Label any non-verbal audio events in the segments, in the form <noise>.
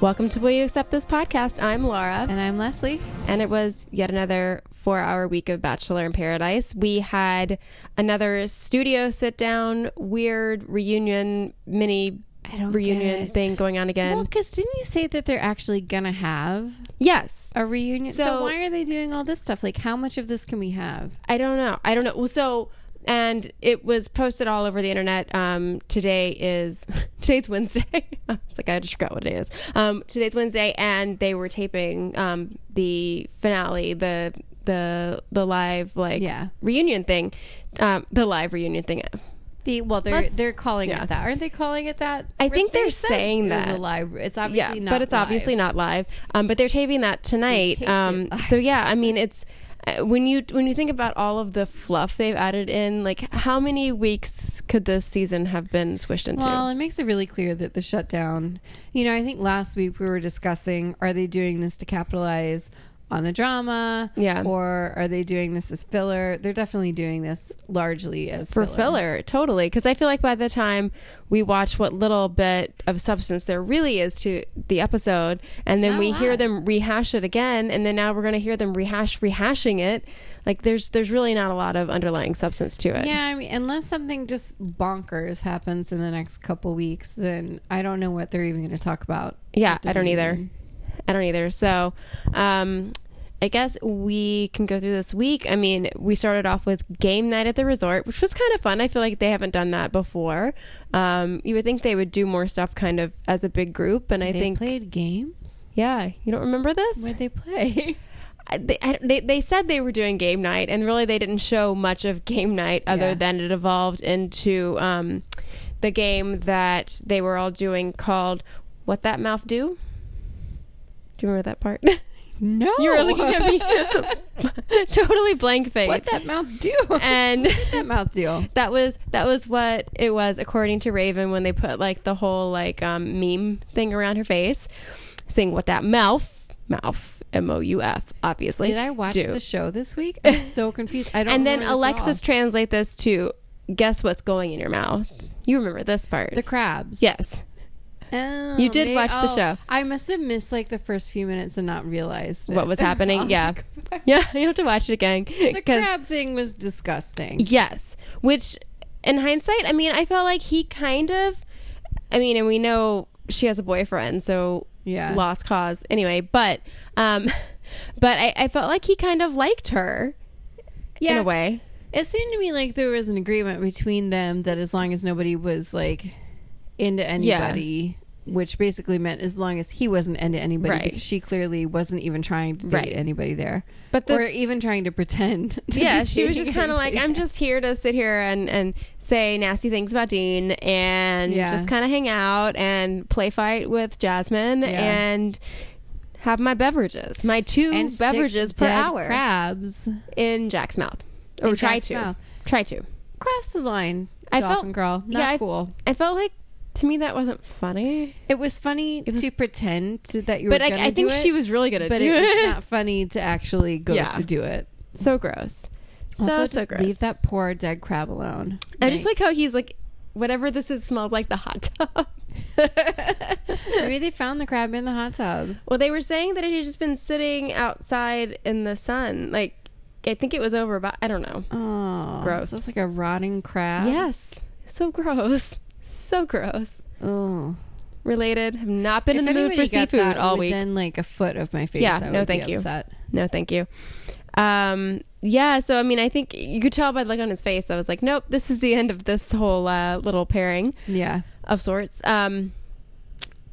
Welcome to Will You Accept This Podcast. I'm Laura. And I'm Leslie. And it was yet another four hour week of Bachelor in Paradise. We had another studio sit down, weird reunion, mini I don't reunion thing going on again. Well, because didn't you say that they're actually gonna have yes. a reunion? So, So- why are they doing all this stuff? Like, how much of this can we have? I don't know. I don't know. Well, so and it was posted all over the internet. Um, today is <laughs> today's Wednesday. it's like I just forgot what it is. Um, today's Wednesday, and they were taping um, the finale, the the the live like Yeah. reunion thing, um, the live reunion thing. The well, they're Let's- they're calling yeah. it that, aren't they? Calling it that? I think They they're said saying it was that. a live. It's Yeah, obviously not, but it's live. obviously not live. Um, but they're taping that tonight. taped it Um, live. so yeah, I mean it's. uh, When you when you think about all of the fluff they've added in, like how many weeks could this season have been squished into? Well, it makes it really clear that the shutdown. You know, I think last week we were discussing: are they doing this to capitalize on the drama? Yeah. Or are they doing this as filler? They're definitely doing this largely as for filler, totally. Because I feel like by the time we watch what little bit of substance there really is to the episode, and then not we a hear lot. them rehash it again, and then now we're going to hear them rehash rehashing it. Like there's there's really not a lot of underlying substance to it. Yeah, I mean, unless something just bonkers happens in the next couple weeks, then I don't know what they're even going to talk about. Yeah, at the I don't either. reunion. I don't either. So, um, I guess we can go through this week. I mean, we started off with game night at the resort, which was kind of fun. I feel like they haven't done that before. Um, you would think they would do more stuff kind of as a big group, and I They think, played games. yeah, you don't remember this? Where'd they play? I- <laughs> they, I- they, they said they were doing game night, and really they didn't show much of game night other Yeah. than it evolved into um, the game that they were all doing called What That Mouth Do? Do you remember that part? <laughs> No, you were looking at <laughs> me <laughs> totally blank face. What'd Oh. that mouth do? <laughs> And- What'd that <laughs> mouth do? That was that was what it was according to Raven when they put like the whole like um, meme thing around her face, saying what that mouth mouth m o u f obviously. Did I watch do. <laughs> the show this week? I'm so confused. I don't. and then remember this at Alexis all. translate this to guess what's going in your mouth. You remember this part? the crabs. yes. Oh, You did may- watch the oh, show. I must have missed like the first few minutes and not realized What it. <laughs> was happening? I'll Yeah. have to go back. Yeah, <laughs> you have to watch it again Oh, The 'cause- crab thing was disgusting. Yes, which in hindsight, I mean, I felt like he kind of, I mean, and we know she has a boyfriend, so Yeah. lost cause anyway. But, um, <laughs> but I, I felt like he kind of liked her in Yeah. a way. It seemed to me like there was an agreement between them that as long as nobody was like into anybody, which basically meant as long as he wasn't into anybody, Right. because she clearly wasn't even trying to date Right. anybody there, But or this- even trying to pretend. <laughs> to Yeah, be she was just dating kind of like, <laughs> anybody. I'm just here to sit here and and say nasty things about Dean and Yeah. just kind of hang out and play fight with Jasmine Yeah. and have my beverages, my two And stick beverages per dead hour. Crabs in Jack's mouth, or In try Jack's to, mouth. try to. cross the line. I felt- dolphin girl, not yeah, I- cool. I felt like to me that wasn't funny, It was funny was- to pretend to- that you were. but I, I think she was really good at but do it was it. <laughs> not funny to actually go Yeah. to do it. so gross. So so also, just gross. leave that poor dead crab alone. I just <laughs> like how he's like, whatever this is smells like the hot tub. <laughs> Maybe they found the crab in the hot tub. <laughs> well, they were saying that it had just been sitting outside in the sun. Like, I think it was over, but I don't know. Oh, Gross. So it's like a rotting crab. yes, so gross, so gross. Oh, Related, have not been in the mood for seafood all week. Then like a foot of my face. Yeah, I would no, be thank you. upset. No, thank you. Um, yeah, so I mean, I think you could tell by the look on his face. I was like, nope, this is the end of this whole uh, little pairing Yeah, of sorts. Um,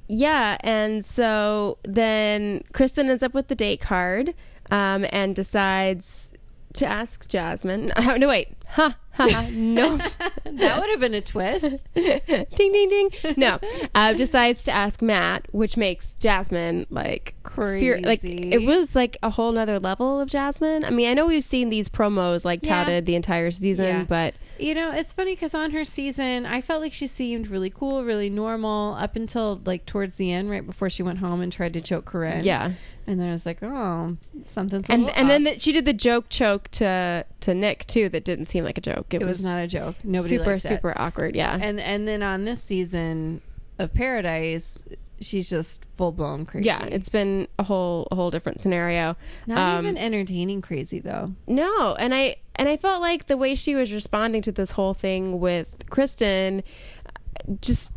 yeah, and so then Kristen ends up with the date card um, and decides to ask Jasmine. <laughs> Oh, no, wait. Ha, ha, ha. No. <laughs> that would have been a twist. ding, <laughs> ding, ding. No. Uh, decides to ask Matt, which makes Jasmine like fear- like Crazy. it was like a whole nother level of Jasmine. I mean, I know we've seen these promos like Yeah. touted the entire season, Yeah. but You know, it's funny because on her season, I felt like she seemed really cool, really normal, up until like towards the end, right before she went home and tried to choke Corinne. yeah. and then I was like, oh, something's a And little and then up. the, she did the joke choke to to Nick too. That didn't seem like a joke. It, it was not a joke. Nobody super liked it. super awkward. Yeah. and and then on this season of paradise she's just full blown crazy. Yeah, it's been a whole a whole different scenario. not Um, even entertaining crazy though. No, and I and I felt like the way she was responding to this whole thing with Kristen, uh, just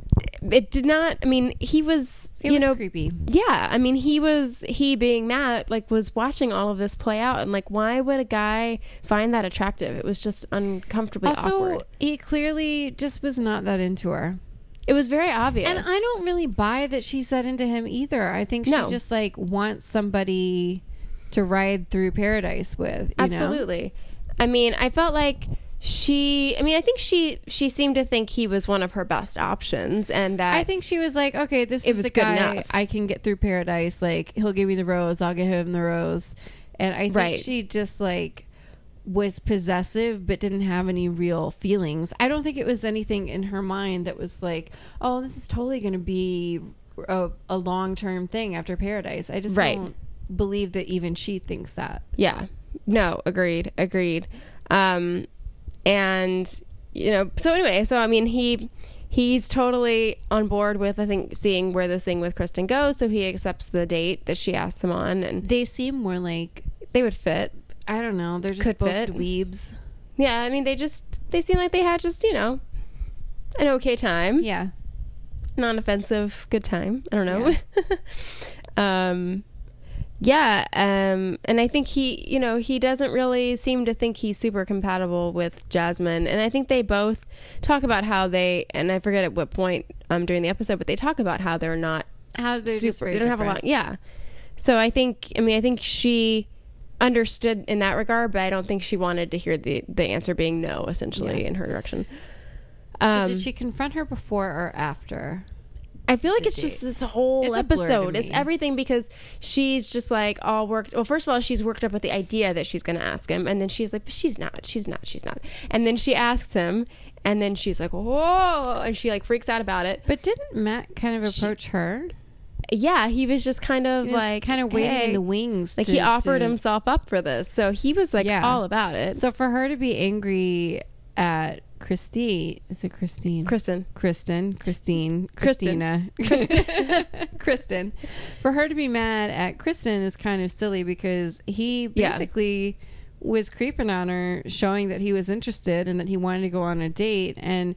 it did not. I mean, he was It you was know creepy. yeah. I mean, he was he being Matt like was watching all of this play out and like why would a guy find that attractive? It was just uncomfortably Also, awkward. he clearly just was not that into her. It was very obvious. And I don't really buy that she's that into him either. I think she No. just like wants somebody to ride through paradise with. You Know? absolutely i mean i felt like she i mean i think she she seemed to think he was one of her best options and that I think she was like, okay, this It is was the good guy enough. I can get through paradise. Like he'll give me the rose, I'll give him the rose. And I think Right. she just like was possessive but didn't have any real feelings. I don't think it was anything in her mind that was like, oh, this is totally going to be a, a long term thing after paradise. I just Right. don't believe that even she thinks that. yeah no agreed agreed um and you know so anyway so i mean he he's totally on board with i think seeing where this thing with kristen goes so he accepts the date that she asked him on and They seem more like they would fit I don't know. They're just Could both fit. dweebs. yeah i mean they just they seem like they had just you know an okay time Yeah. non-offensive good time i don't know <laughs> um yeah um and i think he you know he doesn't really seem to think he's super compatible with jasmine and i think they both talk about how they and i forget at what point um during the episode but they talk about how they're not How do they just super very they don't have a lot different. yeah so i think i mean i think she understood in that regard but i don't think she wanted to hear the the answer being no essentially Yeah. in her direction Um, so did she confront her before or after? I feel like the it's just date. this whole It's a blur to episode. It's me. everything because she's just like all worked. Well, first of all, she's worked up at the idea that she's going to ask him, and then she's like, "But she's not. She's not. She's not." And then she asks him, and then she's like, "Whoa!" and she like freaks out about it. But didn't Matt kind of approach her? Yeah, he was just kind of He was like kind of waiting hey. in the wings. Like to- he offered to- himself up for this, so he was like Yeah. all about it. So So for her to be angry at Christine, is it Christine? Kristen, Kristen, Christine, Kristen. Christina, <laughs> Kristen. Kristen. For her to be mad at Kristen is kind of silly because he Yeah. basically was creeping on her, showing that he was interested and that he wanted to go on a date and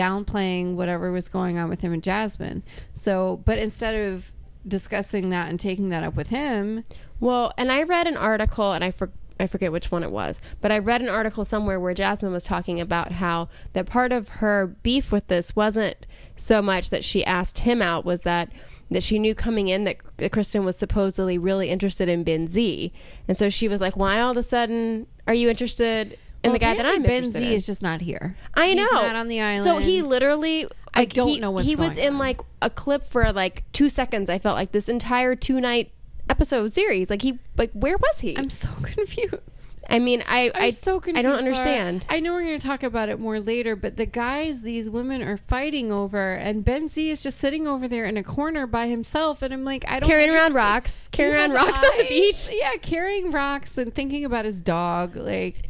downplaying whatever was going on with him and Jasmine. So, but instead of discussing that and taking that up with him, Well, and I read an article, and I for, I forget which one it was, but I read an article somewhere where Jasmine was talking about how that part of her beef with this wasn't so much that she asked him out, was that that she knew coming in that that Kristen was supposedly really interested in Ben Z, and so she was like, "Why all of a sudden are you interested?" in the guy that I'm apparently Ben interested Z in?" is just not here. I know. He's not on the island. So he literally. I like, don't he- know what's He was going in on. like a clip for like two seconds. I felt like this entire two night episode series. Like he, like where was he? I'm so <laughs> confused. i mean, I, I'm I, so confused. I don't Laura. understand. I know we're going to talk about it more later, but the guys these women are fighting over, and Ben Z is just sitting over there in a corner by himself, and I'm like, I don't Carrying around understand. rocks, Do you carrying around have rocks on the eyes? beach. Yeah, carrying rocks and thinking about his dog. Like,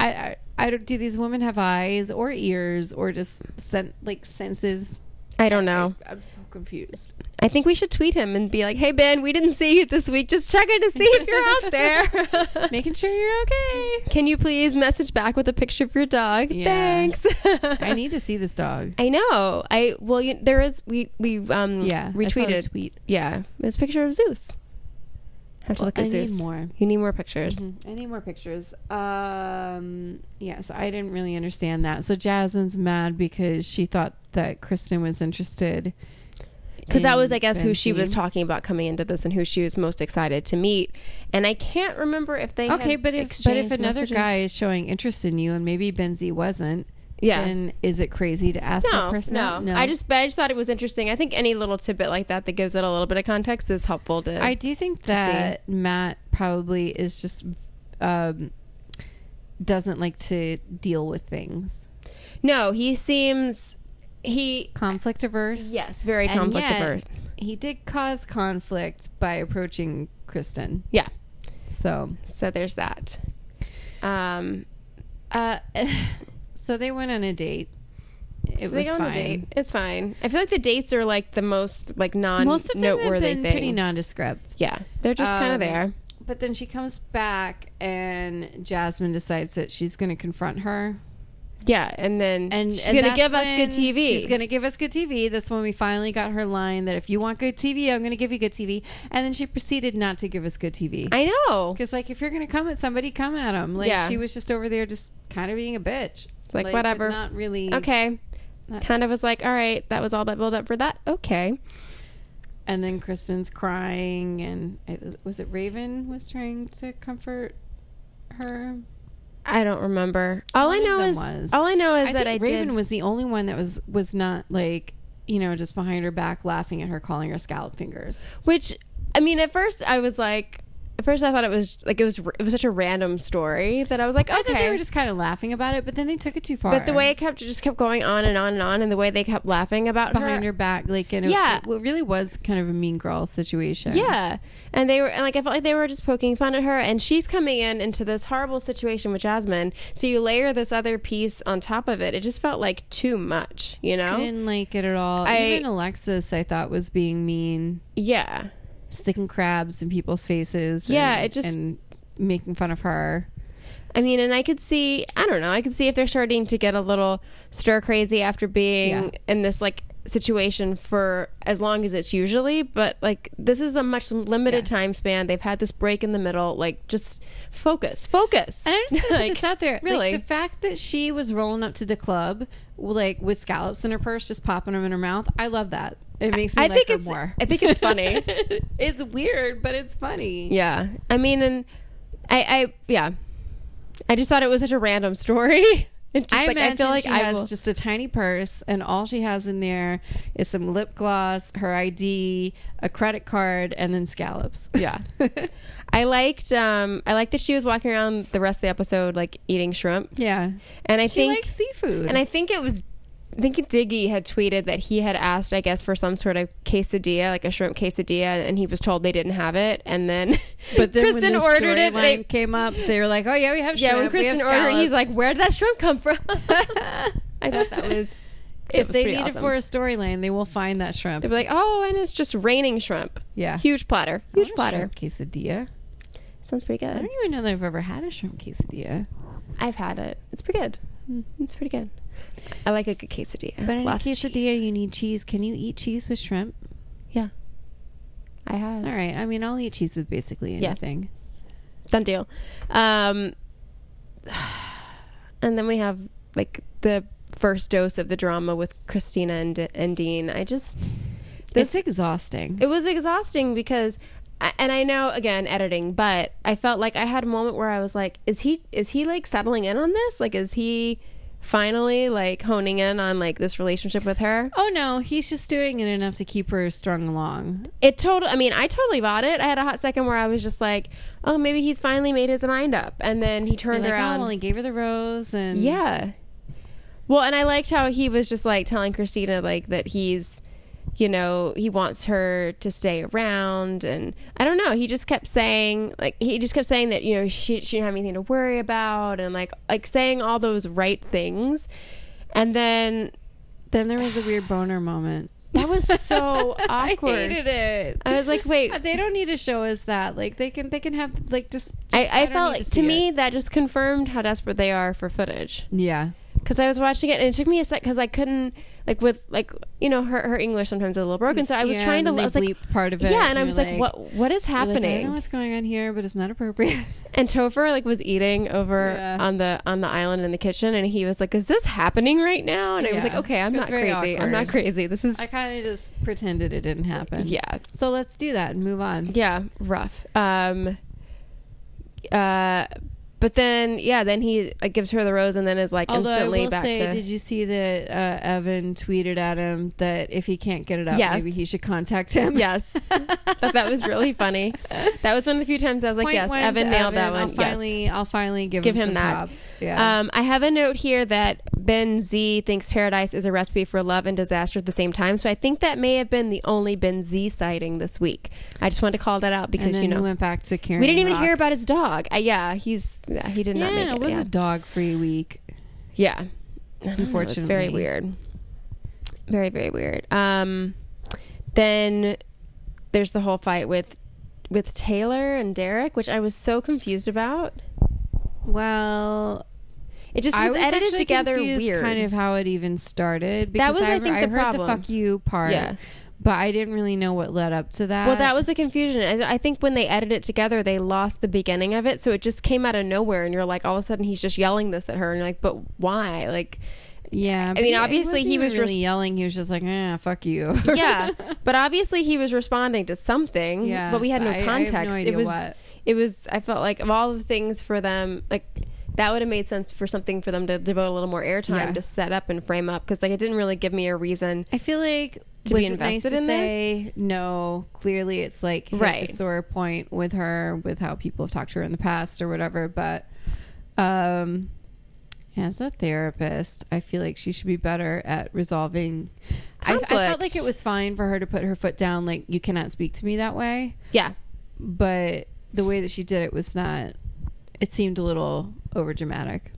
I, I, I don't. Do these women have eyes or ears or just sen- like senses? I don't know. I, am so confused. I think we should tweet him and be like, "Hey Ben, we didn't see you this week. Just checking to see if you're out there. <laughs> Making sure you're okay. Can you please message back with a picture of your dog? Yeah. Thanks. I need to see this dog. <laughs> I know. I well, you, there is we we um Yeah, I saw the retweeted tweet. Yeah, it's a picture of Zeus. Have to Well, look at I need Zeus. more. Mm-hmm. You need more pictures. I need more pictures. Um, yeah, so I didn't really understand that. So Jasmine's mad because she thought that Kristen was interested. because that was in i guess who Ben she was Seem. talking about coming into this and who she was most excited to meet and i can't remember if they Okay, had but if but if exchanged another messages. guy is showing interest in you, and maybe Benzie wasn't, Yeah. then is it crazy to ask that no, person? no out? i just but i just thought it was interesting i think any little tidbit like that that gives it a little bit of context is helpful to I do think that Matt probably is just um, doesn't like to deal with things, no he seems he conflict averse. yes very And conflict yet, averse He did cause conflict by approaching Kristen. yeah So, so there's that um <laughs> uh, so they went on a date, They it was go on a fine. date. It's fine. I feel like the dates are like the most like non Most of them have noteworthy been thing. pretty nondescript. yeah, they're just kind Um, of there. But then she comes back, and Jasmine decides that she's going to confront her, Yeah, and then and she's and gonna that's give us good when TV. She's going to give us good TV. That's when we finally got her line that if you want good TV, I'm going to give you good TV. And then she proceeded not to give us good TV. I know. Because like if you're gonna come at somebody, come at them. Like Yeah. she was just over there, just kind of being a bitch. It's like, but whatever. Not really. Okay. Not- Kind of was like, all right, that was all that build up for that. Okay. And then Kristen's crying, and it was was it Raven was trying to comfort her. I don't remember. All I One of know them is was. all I know is that I think Raven did. was the only one that was was not like you know just behind her back laughing at her, calling her scallop fingers. Which I mean, at first I was like, at first I thought it was like it was r- it was such a random story that I was like, I thought okay. they were just kind of laughing about it, but then they took it too far. but the way it kept just kept going on and on and on, and the way they kept laughing about behind her back, like and it, Yeah. it really was kind of a mean girl situation. Yeah. And they were and like I felt like they were just poking fun at her and she's coming in into this horrible situation with Jasmine. So you layer this other piece on top of it. It just felt like too much, you know? I didn't like it at all. I- Even Alexis, I thought was being mean, yeah. sticking crabs in people's faces. Yeah, and- it just- and making fun of her. I mean, and I could see, I don't know, I could see if they're starting to get a little stir crazy after being Yeah. in this like situation for as long as it's usually, but like this is a much limited Yeah. time span. They've had this break in the middle. Like, just focus, focus. And I just gotta put Like, <laughs> this out there. <laughs> Like, Really? the fact that she was rolling up to the club like with scallops in her purse, just popping them in her mouth. I love that. It makes me I like think her it's- more. I think it's <laughs> funny. it's weird, but it's funny. yeah. I mean, and I, I, yeah. I just thought it was such a random story. <laughs> It's just, I like, I imagine feel like she I has will- just a tiny purse, and all she has in there is some lip gloss, her ID, a credit card, and then scallops. <laughs> Yeah. I liked um I liked that she was walking around the rest of the episode like eating shrimp. yeah. And I She think likes seafood. and I think it was I think Diggy had tweeted that he had asked, I guess, for some sort of quesadilla, like a shrimp quesadilla, and he was told they didn't have it. And then, but then Kristen when the ordered it. storyline they- came up, they were like, "Oh yeah, we have yeah, when shrimp, we have Kristen ordered, he's scallops." like, "Where did that shrimp come <laughs> from?" I thought that was that if was they pretty need it awesome. for a storyline, they will find that shrimp. they'd be like, "Oh, and it's just raining shrimp." Yeah. huge platter, I want huge a platter. shrimp quesadilla. Sounds pretty I good. don't even know that I've ever had a shrimp quesadilla. I've had it. It's pretty good. Hmm. It's pretty good. I like a good quesadilla. But in a Lots of quesadilla, cheese. you need cheese. Can you eat cheese with shrimp? yeah, I have. All right. I mean, I'll eat cheese with basically Yeah. anything. done deal. Um, and then we have like the first dose of the drama with Christina and, and Dean. I just it's exhausting. it was exhausting because I- and I know again editing, but I felt like I had a moment where I was like, is he is he like settling in on this? Like is he finally like honing in on like this relationship with her? oh no, he's just doing it enough to keep her strung along. It total I mean, I totally bought it. I had a hot second where I was just like, oh, maybe he's finally made his mind up. And then he You're turned like, around. oh, well, he gave her the rose, and Yeah. Well, and I liked how he was just like telling Christina like that he's you know, he wants her to stay around and I don't know, he just kept saying like he just kept saying that, you know, she she didn't have anything to worry about and like like saying all those right things. And then Then there was a weird boner moment. that was so awkward. <laughs> I hated it. Uh, I was like, wait. they don't need to show us that. Like they can, they can have like just. I, I, don't felt need like to to, see me that just confirmed how desperate they are for footage. Yeah. because I was watching it and it took me a sec because I couldn't like with like you know her her English sometimes is a little broken, so I was Yeah, trying to and I they was like bleep part of it, yeah, and and I you're was like, like- what what is You're like, I don't happening? know what's going on here, but it's not appropriate. and Topher like was eating over Yeah. on the on the island in the kitchen, and he was like, is this happening right now? And I was Yeah. like, okay, I'm It not was very crazy. I'm not awkward. crazy. This is <laughs> I kind of just pretended it didn't happen. yeah So let's do that and move on. yeah rough. Um, uh, but then yeah, then he like gives her the rose and then is like Although instantly I will back say, to did you see that uh, Evan tweeted at him that if he can't get it up, Yes. maybe he should contact him? <laughs> Yes. But that was really funny. That was one of the few times I was like, Point yes, one Evan to nailed that Evan. one. I'll yes. finally, I'll finally give, Give him, him some that. props. Yeah. Um, I have a note here that Ben Z thinks paradise is a recipe for love and disaster at the same time. So I think that may have been the only Ben Z sighting this week. I just wanted to call that out and because then you know he went back to Karen. we didn't even hear about his dog. Uh, yeah, he's yeah, he did Yeah, not make it it. was yeah. a dog-free week. yeah, I don't know, it's very Unfortunately. weird. very very weird um then there's the whole fight with with taylor and derek which i was so confused about Well, it just I was, was edited actually together confused weird Kind of how it even started. That Because was, I think, the heard problem. the fuck you part. Yeah. But I didn't really know what led up to that. well that was the confusion and i think when they edited it together they lost the beginning of it so it just came out of nowhere and you're like all of a sudden he's just yelling this at her and you're like but why like yeah. but mean, it obviously wasn't he even was really res- yelling. He was just like, "Ah, <laughs> fuck you." <laughs> yeah but obviously he was responding to something Yeah, but we had but no I- I have no context it idea was what. it was i felt like of all the things for them like that would have made sense for something for them to devote a little more airtime Yeah. to set up and frame up because like it didn't really give me a reason I feel like To was be it invested nice to in this? say no. Clearly, it's like hit Right. a sore point with her, with how people have talked to her in the past or whatever. But um, as a therapist, I feel like she should be better at resolving. I, I felt Conflict. like it was fine for her to put her foot down, like you cannot speak to me that way. yeah But the way that she did it was not. It seemed a little over dramatic.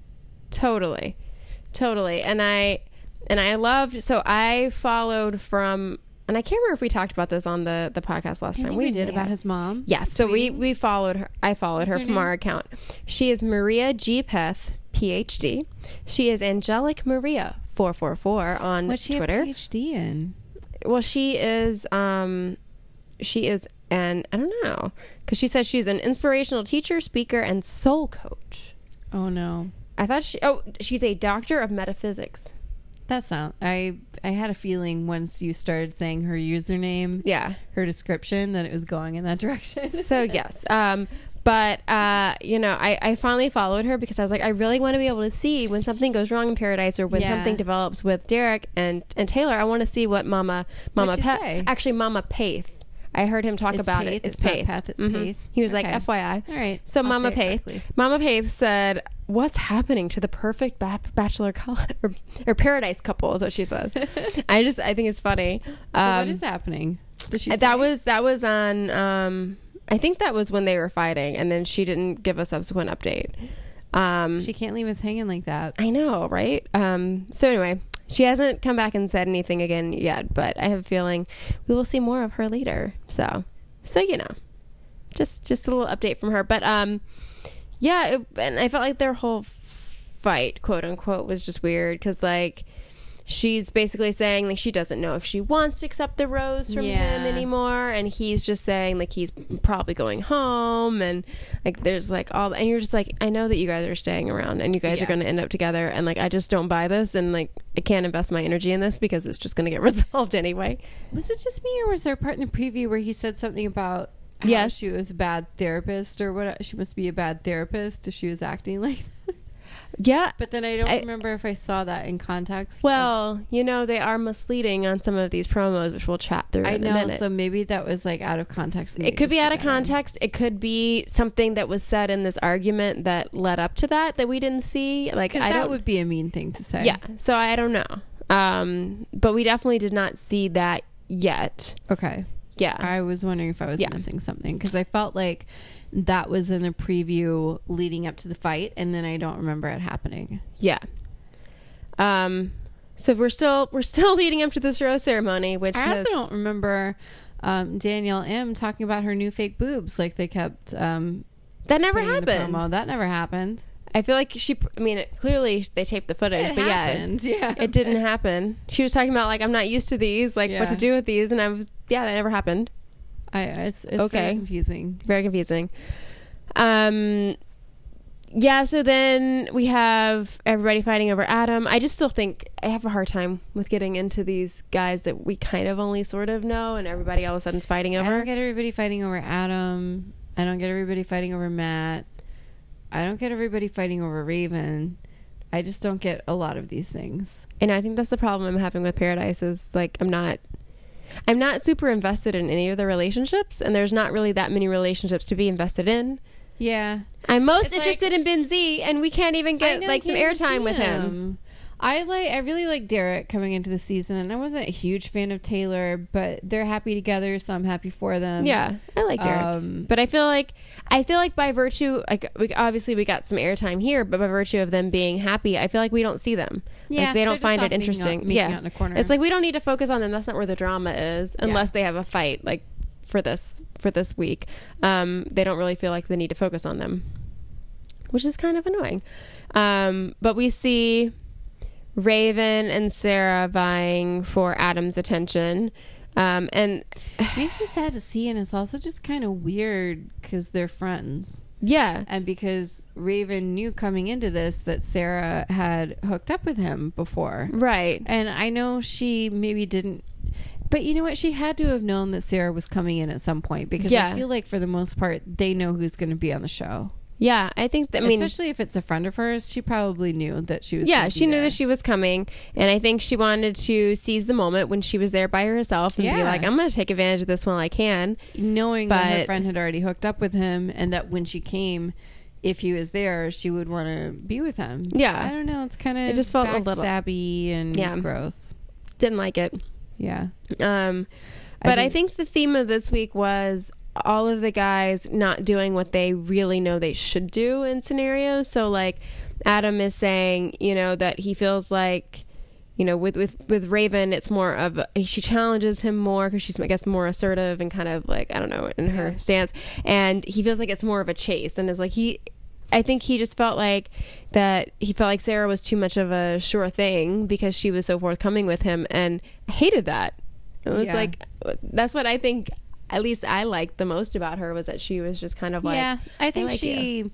totally totally and i and i loved so i followed from and i can't remember if we talked about this on the the podcast last time we did may about have. his mom. Yes. So we, we followed her. I followed her her from name? our account. She is Maria G. Peth, PhD. She is Angelic Maria four four four on What's she Twitter. a PhD in? well, she is um, she is an I don't know because she says she's an inspirational teacher, speaker, and soul coach. Oh no. I thought she oh she's a doctor of metaphysics. That's not. I I had a feeling once you started saying her username, Yeah. her description, that it was going in that <laughs> <laughs> direction. so yes um but uh you know I, I finally followed her because i was like i really want to be able to see when something goes wrong in paradise or when Yeah. something develops with derek and and taylor i want to see what mama mama What'd she Pe- say? actually mama paith i heard him talk It's about Paith, it it's, it's not paith Path, it's Mhm. Paith. he was Okay. like fyi All right. so I'll mama say it paith correctly. mama paith said what's happening to the perfect ba- bachelor couple <laughs> or, or paradise couple is what she <laughs> said i just i think it's funny <laughs> So um, what is happening? Did she that say? was that was on um I think that was when they were fighting and then she didn't give a subsequent update. Um She can't leave us hanging like that. I know, right? Um so anyway, she hasn't come back and said anything again yet, but I have a feeling we will see more of her later. So so you know. Just just a little update from her, but um yeah, it, and I felt like their whole fight, quote unquote, was just weird cuz like she's basically saying like she doesn't know if she wants to accept the rose from him Yeah. anymore and he's just saying like he's probably going home and like there's like all and you're just like i know that you guys are staying around and you guys are Yeah. going to end up together and like i just don't buy this and like i can't invest my energy in this because it's just going to get <laughs> resolved anyway Was it just me, or was there a part in the preview where he said something about? How Yes. she was a bad therapist, or what? She must be a bad therapist if she was acting <laughs> like. That. yeah But then I don't I- remember if I saw that in context. well you know they are misleading on some of these promos which we'll chat through I in a know, minute so maybe that was like out of context. and it they could be just out of forgot it. context. It could be something that was said in this argument that led up to that that we didn't see. Like Because I that don't. would be a mean thing to say. yeah. So I don't know. Um, but we definitely did not see that yet. Okay. Yeah. I was wondering if I was Yeah. missing something because I felt like that was in the preview leading up to the fight, and then I don't remember it happening. yeah. Um. So we're still <laughs> we're still leading up to this rose ceremony, which I is also don't remember um, Danielle M talking about her new fake boobs, like they kept um, that never putting in the happened. promo. That never happened. I feel like she. I mean, it, clearly they taped the footage, but yeah, <laughs> yeah, it didn't happen. She was talking about like I'm not used to these, like what Yeah. to do with these, and I was yeah, that never happened. I, it's it's Okay. very confusing. very confusing. Um, yeah. So then we have everybody fighting over Adam. I just still think I have a hard time with getting into these guys that we kind of only sort of know, and everybody all of a sudden's fighting I don't over. get everybody fighting over Adam. I don't get everybody fighting over Matt. I don't get everybody fighting over Raven. I just don't get a lot of these things. And I think that's the problem I'm having with Paradise is like I'm not. I'm not super invested in any of the relationships, and there's not really that many relationships to be invested in. Yeah. I'm most It's like- interested in Ben Z, and we can't even get like some airtime with him. I like I really like Derek coming into the season and I wasn't a huge fan of Taylor, but they're happy together, so I'm happy for them. Yeah, I like Derek, Um, but I feel like I feel like by virtue, like we, obviously we got some airtime here, but by virtue of them being happy, I feel like we don't see them. like they they're don't just find off it meeting out- interesting. meeting yeah, out in a corner. it's like we don't need to focus on them. That's not where the drama is, unless they have a fight. Like for this for this week, um, they don't really feel like they need to focus on them, which is kind of annoying. Um, but we see Raven and Sarah vying for Adam's attention, um, and makes me sad to see, and it's also just kind of weird because they're friends. yeah, and because Raven knew coming into this that Sarah had hooked up with him before. right. And I know she maybe didn't but you know what? She had to have known that Sarah was coming in at some point because Yeah. I feel like for the most part they know who's going to be on the show. Yeah, I think. That, I mean, especially if it's a friend of hers, she probably knew that she was. yeah, gonna be she knew there. that she was coming, and I think she wanted to seize the moment when she was there by herself and be Yeah. like, "I'm going to take advantage of this while I can." knowing that her But- friend had already hooked up with him and that when she came if he was there she would want to be with him Yeah. i don't know it's kind of It just felt a little- stabby and Yeah. gross Didn't like it, yeah um, I but I think, the theme of this week was all of the guys not doing what they really know they should do in scenarios. So like, Adam is saying, you know, that he feels like. You know, with, with, with Raven, it's more of a, she challenges him more because she's, I guess, more assertive and kind of like, I don't know, in her Yeah. stance. And he feels like it's more of a chase and is like, he, I think he just felt like that he felt like Sarah was too much of a sure thing because she was so forthcoming with him and I hated that. It was Yeah. like that's what I think at least I liked the most about her was that she was just kind of like yeah i think like she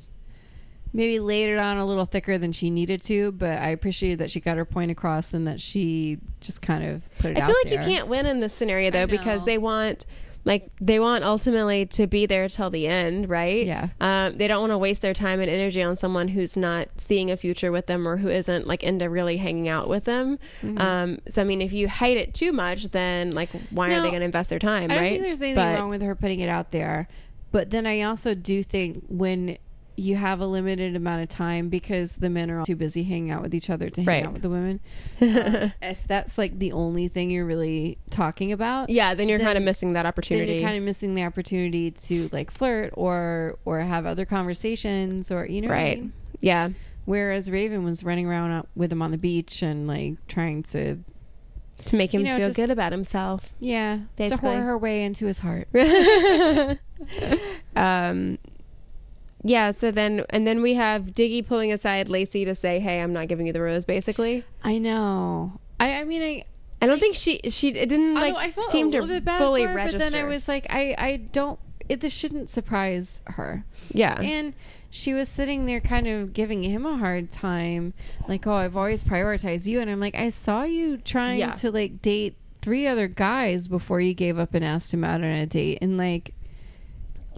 maybe laid it on a little thicker than she needed to but i appreciated that she got her point across and that she just kind of put it I out feel like there. you can't win in this scenario though because know. they want like they want ultimately to be there till the end, right? Yeah. Um, they don't want to waste their time and energy on someone who's not seeing a future with them or who isn't like into really hanging out with them. Mm-hmm. Um, so I mean, if you hate it too much, then like why are No, they going to invest their time? I don't right? think there's anything But- wrong with her putting it out there. But then I also do think when you have a limited amount of time because the men are all too busy hanging out with each other to hang Right. out with the <laughs> women. uh, if that's like the only thing you're really talking about, Yeah, then you're Then- kind of missing that then opportunity. you're kind of missing the opportunity to like flirt or or have other conversations or you know what I right. mean? Yeah. Whereas Raven was running around out with him on the beach and like trying to To make him You know, feel just- good about himself. yeah Basically. to whore her way into his heart. um yeah, so then and then we have Diggy pulling aside Lacey to say, "Hey, I'm not giving you the rose." Basically, I know. I, I mean, I, I don't think she she it didn't like Although I felt seem a little to bit bad fully for her, register. But then I was like, I, I don't. It, this shouldn't surprise her. yeah, And she was sitting there, kind of giving him a hard time, like, "Oh, I've always prioritized you," and I'm like, "I saw you trying Yeah. to like date three other guys before you gave up and asked him out on a date, and like,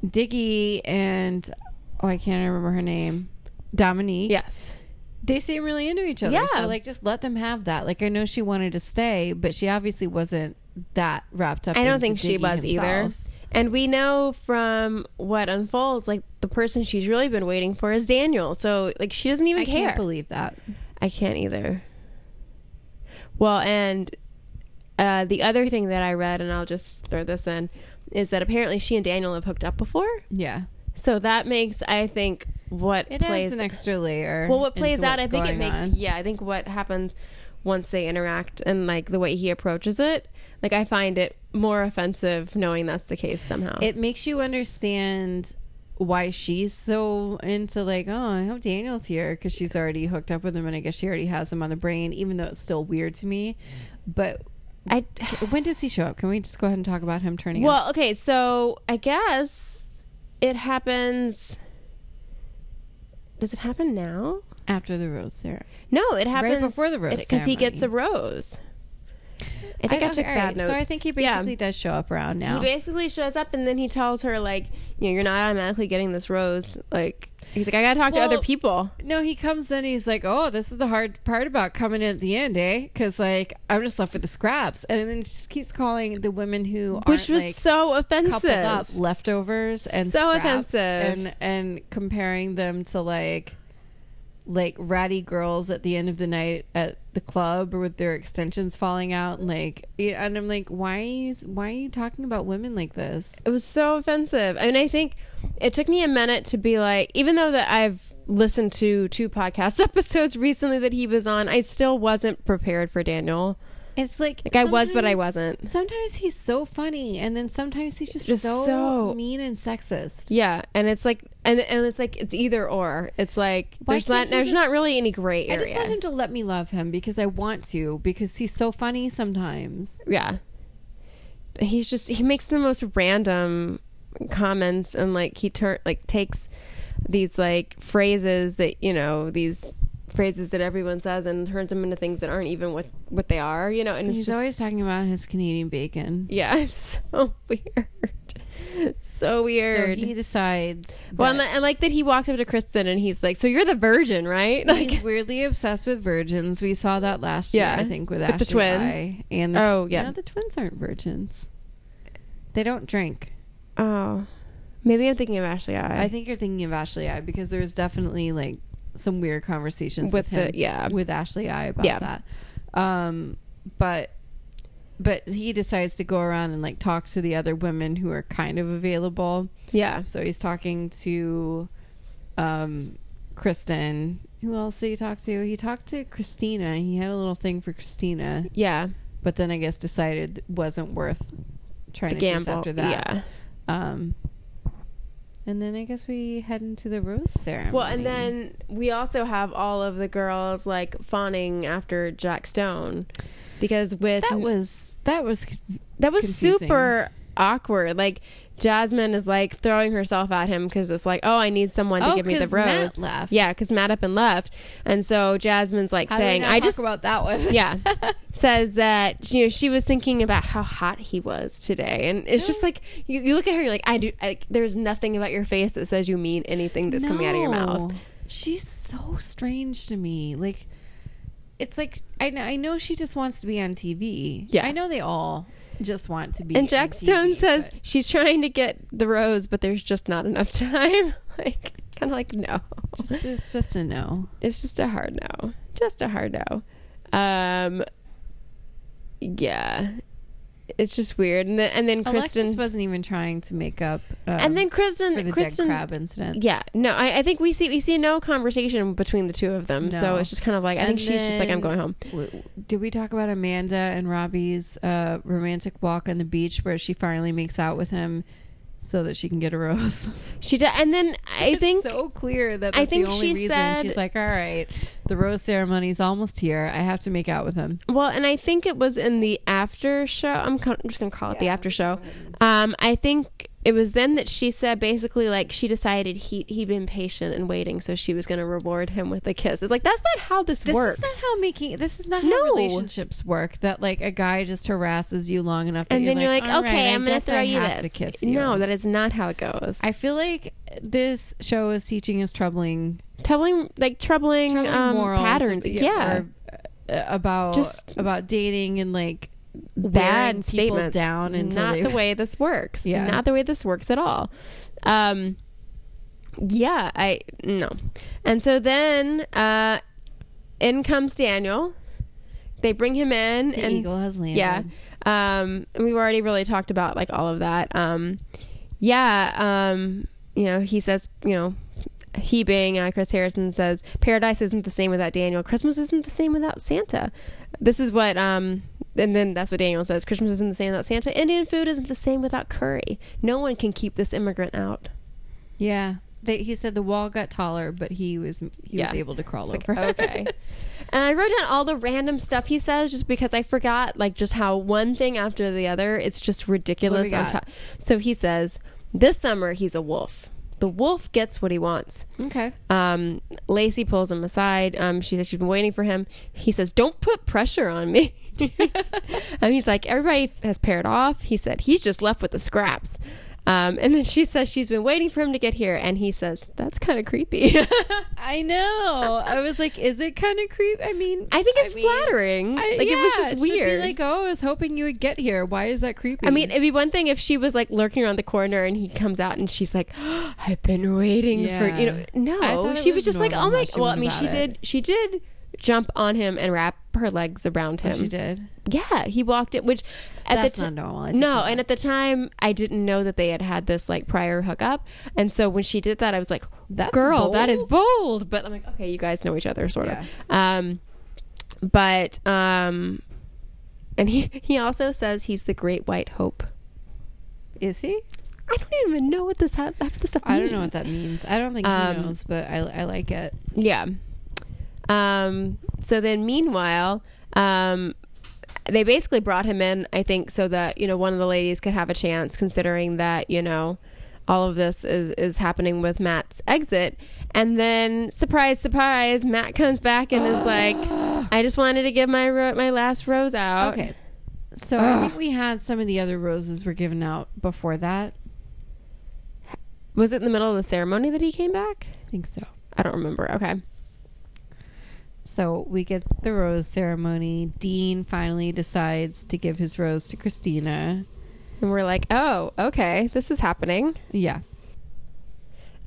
Diggy and oh, I can't remember her name, Dominique, yes, they seem really into each other. Yeah. So like just let them have that. Like I know she wanted to stay, but she obviously wasn't that wrapped up. I don't into think she Diggy was either. himself. And we know from what unfolds, like the person she's really been waiting for is Daniel. So like she doesn't even I care. can't believe that. I can't either. Well, and uh, the other thing that I read, and I'll just throw this in, is that apparently she and Daniel have hooked up before. Yeah. So that makes, I think, what It plays adds an extra layer. well, what plays into out, I what's think it going makes on. yeah, I think what happens once they interact and like the way he approaches it, like I find it more offensive knowing that's the case somehow. it makes you understand why she's so into like oh i hope daniel's here because she's already hooked up with him and i guess she already has him on the brain even though it's still weird to me but I when does he show up can we just go ahead and talk about him turning <sighs> up well, okay, so I guess it happens. Does it happen now? after the rose Sarah? No, it happens before the rose because he gets ceremony. a rose. I think I, okay, took all bad right. notes. So I think he Yeah. basically does show up around now. He basically shows up and then he tells her like, you know, you're not automatically getting this rose. Like he's like, I gotta talk Well- to other people. no, he comes in. He's like, "Oh, this is the hard part about coming in at the end, eh? Because like I'm just left with the scraps." And then just keeps calling the women who Which aren't, was like, so coupled up offensive. leftovers and So scraps offensive. and and comparing them to like like ratty girls at the end of the night at the club with their extensions falling out. And, like, you- and I'm like, why are you why are you talking about women like this? It was so offensive. I mean, I think it took me a minute to be like, even though that I've listened to two podcast <laughs> episodes recently that he was on. I still wasn't prepared for Daniel. It's like Like I was, but I sometimes- wasn't. Sometimes he's so funny, and then sometimes he's just, Just so, so- mean and sexist. Yeah, and it's like, and and it's like it's either or. It's like Why there's can't not he there's just- not really any gray I just area. want him to let me love him because I want to because he's so funny sometimes. yeah, he's just he makes the most random comments and like he turn like takes these like phrases that you know these phrases that everyone says and turns them into things that aren't even what what they are. You know, and it's he's just, always talking about his Canadian bacon. <laughs> yeah, it's so <laughs> weird, so weird. So he decides. well, and that I, I like that he walks up to Kristen and he's like, "So you're the virgin, right?" <laughs> Like, he's weirdly obsessed with virgins. We saw that last Yeah. year, I think, with, With the Ashley twins. Rye and the Oh, yeah. no, the twins aren't virgins. They don't drink. Oh, maybe I'm thinking of Ashley I. I think you're thinking of Ashley I because there was definitely like some weird conversations With with, the- him, yeah. with Ashley I about Yeah. that. Um, but but he decides to go around and like talk to the other women who are kind of available. yeah. So he's talking to um, Kristen. Who else did he talk to? He talked to Christina. He had a little thing for Christina, Yeah. but then I guess decided it wasn't worth trying The to chase gamble. after that. Yeah. Um, and then I guess we head into the rose ceremony. Well, and then we also have all of the girls like fawning after Jack Stone because with that was that was con- that was confusing. super awkward. Like Jasmine is like throwing herself at him because it's like, oh, I need someone to Oh, give me the 'cause Matt rose. left. Yeah, because Matt up and left, and so Jasmine's like How do we saying, not I talk just about that one. yeah <laughs> says that you know she was thinking about how hot he was today and it's just like you, you look at her you're like i do I, there's nothing about your face that says you mean anything that's coming out of your mouth No. She's so strange to me. Like it's like I know, I know she just wants to be on TV. Yeah. I know they all just want to be. and jack on stone TV, says but she's trying to get the rose but there's just not enough <laughs> time like kind of like no just, "It's just a no." it's just a hard no just a hard no um yeah it's just weird and then and then kristen Alexis wasn't even trying to make up. Um, and then kristen for the kristen dead crab incident. Yeah, no, I, I think we see we see no conversation between the two of them. So No. it's just kind of like I think And she's just like I'm then- going home. W- Did we talk about Amanda and Robbie's uh, romantic walk on the beach where she finally makes out with him so that she can get a rose? She did, and then I <laughs> It's think so clear that I that's think the only she reason said- she's like, all right, the rose ceremony's almost here. I have to make out with him. well, and I think it was in the after show. I'm, co- I'm just gonna call it the after show. Um, I think it was then that she said basically like she decided he he'd been patient and waiting, so she was gonna reward him with a kiss. It's like that's not how this, This works. is not how making. This is not how No. relationships work. That like a guy just harasses you long enough, that and then you're like, "All okay, right, I I'm gonna guess I throw you have this. To kiss you. No, that is not how it goes. I feel like this show is teaching us troubling troubling like troubling, troubling um, morals patterns. ab- Yeah, or, uh, about Just- about dating and like wearing bad people statements down until not they- the way this works Yeah. not the way this works at all um yeah i no and so then uh in comes daniel they bring him in the and eagle has landed. yeah um and we've already really talked about like all of that um yeah um you know he says you know he being uh, chris harrison says paradise isn't the same without daniel christmas isn't the same without santa this is what um and then that's what daniel says christmas isn't the same without santa indian food isn't the same without curry no one can keep this immigrant out yeah. They, he said the wall got taller, but he was he Yeah. was able to crawl It's over. like, <laughs> okay. and I wrote down all the random stuff he says just because I forgot, like, just how one thing after the other, it's just ridiculous. we On got? top. So he says, This summer, he's a wolf. The wolf gets what he wants. okay. Um, Lacey pulls him aside. Um, she says she's been waiting for him. He says, Don't put pressure on me. <laughs> and he's like, Everybody has paired off. He said, He's just left with the scraps. Um, and then she says she's been waiting for him to get here. And he says, That's kind of creepy. <laughs> I know. I was like, is it kind of creep? I mean, I think it's mean, flattering. I- like it was yeah, just should be weird. like, oh, I was hoping you would get here. Why is that creepy? I mean, it'd be one thing if she was like lurking around the corner and he comes out and she's like, <gasps> "I've been waiting for you know." Yeah. I No, thought it she was, was just like, "Oh normal my!" how she Well, I went mean, about she it. did. She did jump on him and wrap her legs around him. Oh, she did. Yeah, he walked in, which at That's the ti- not normal. I no, suppose. and at the time I didn't know that they had had this like prior hookup, and so when she did that, I was like, That's "Girl, that bold. is bold." But I'm like, "Okay, you guys know each other, sort of." Um, but um, and he he also says he's the Great White Hope. is he? I don't even know what this ha- half of this stuff. I don't know means. what that means. I don't think he Um, knows, but I, I like it. Yeah. Um, so then, meanwhile, um, they basically brought him in, I think, so that you know one of the ladies could have a chance, considering that you know all of this is is happening with Matt's exit. And then, surprise, surprise, Matt comes back and is like, "I just wanted to give my ro- my last rose out." Okay. So I think we had some of the other roses were given out before that. Was it in the middle of the ceremony that he came back? I think so. I don't remember. Okay. So we get the rose ceremony. Dean finally decides to give his rose to Christina. And we're like, "Oh, okay, this is happening." Yeah.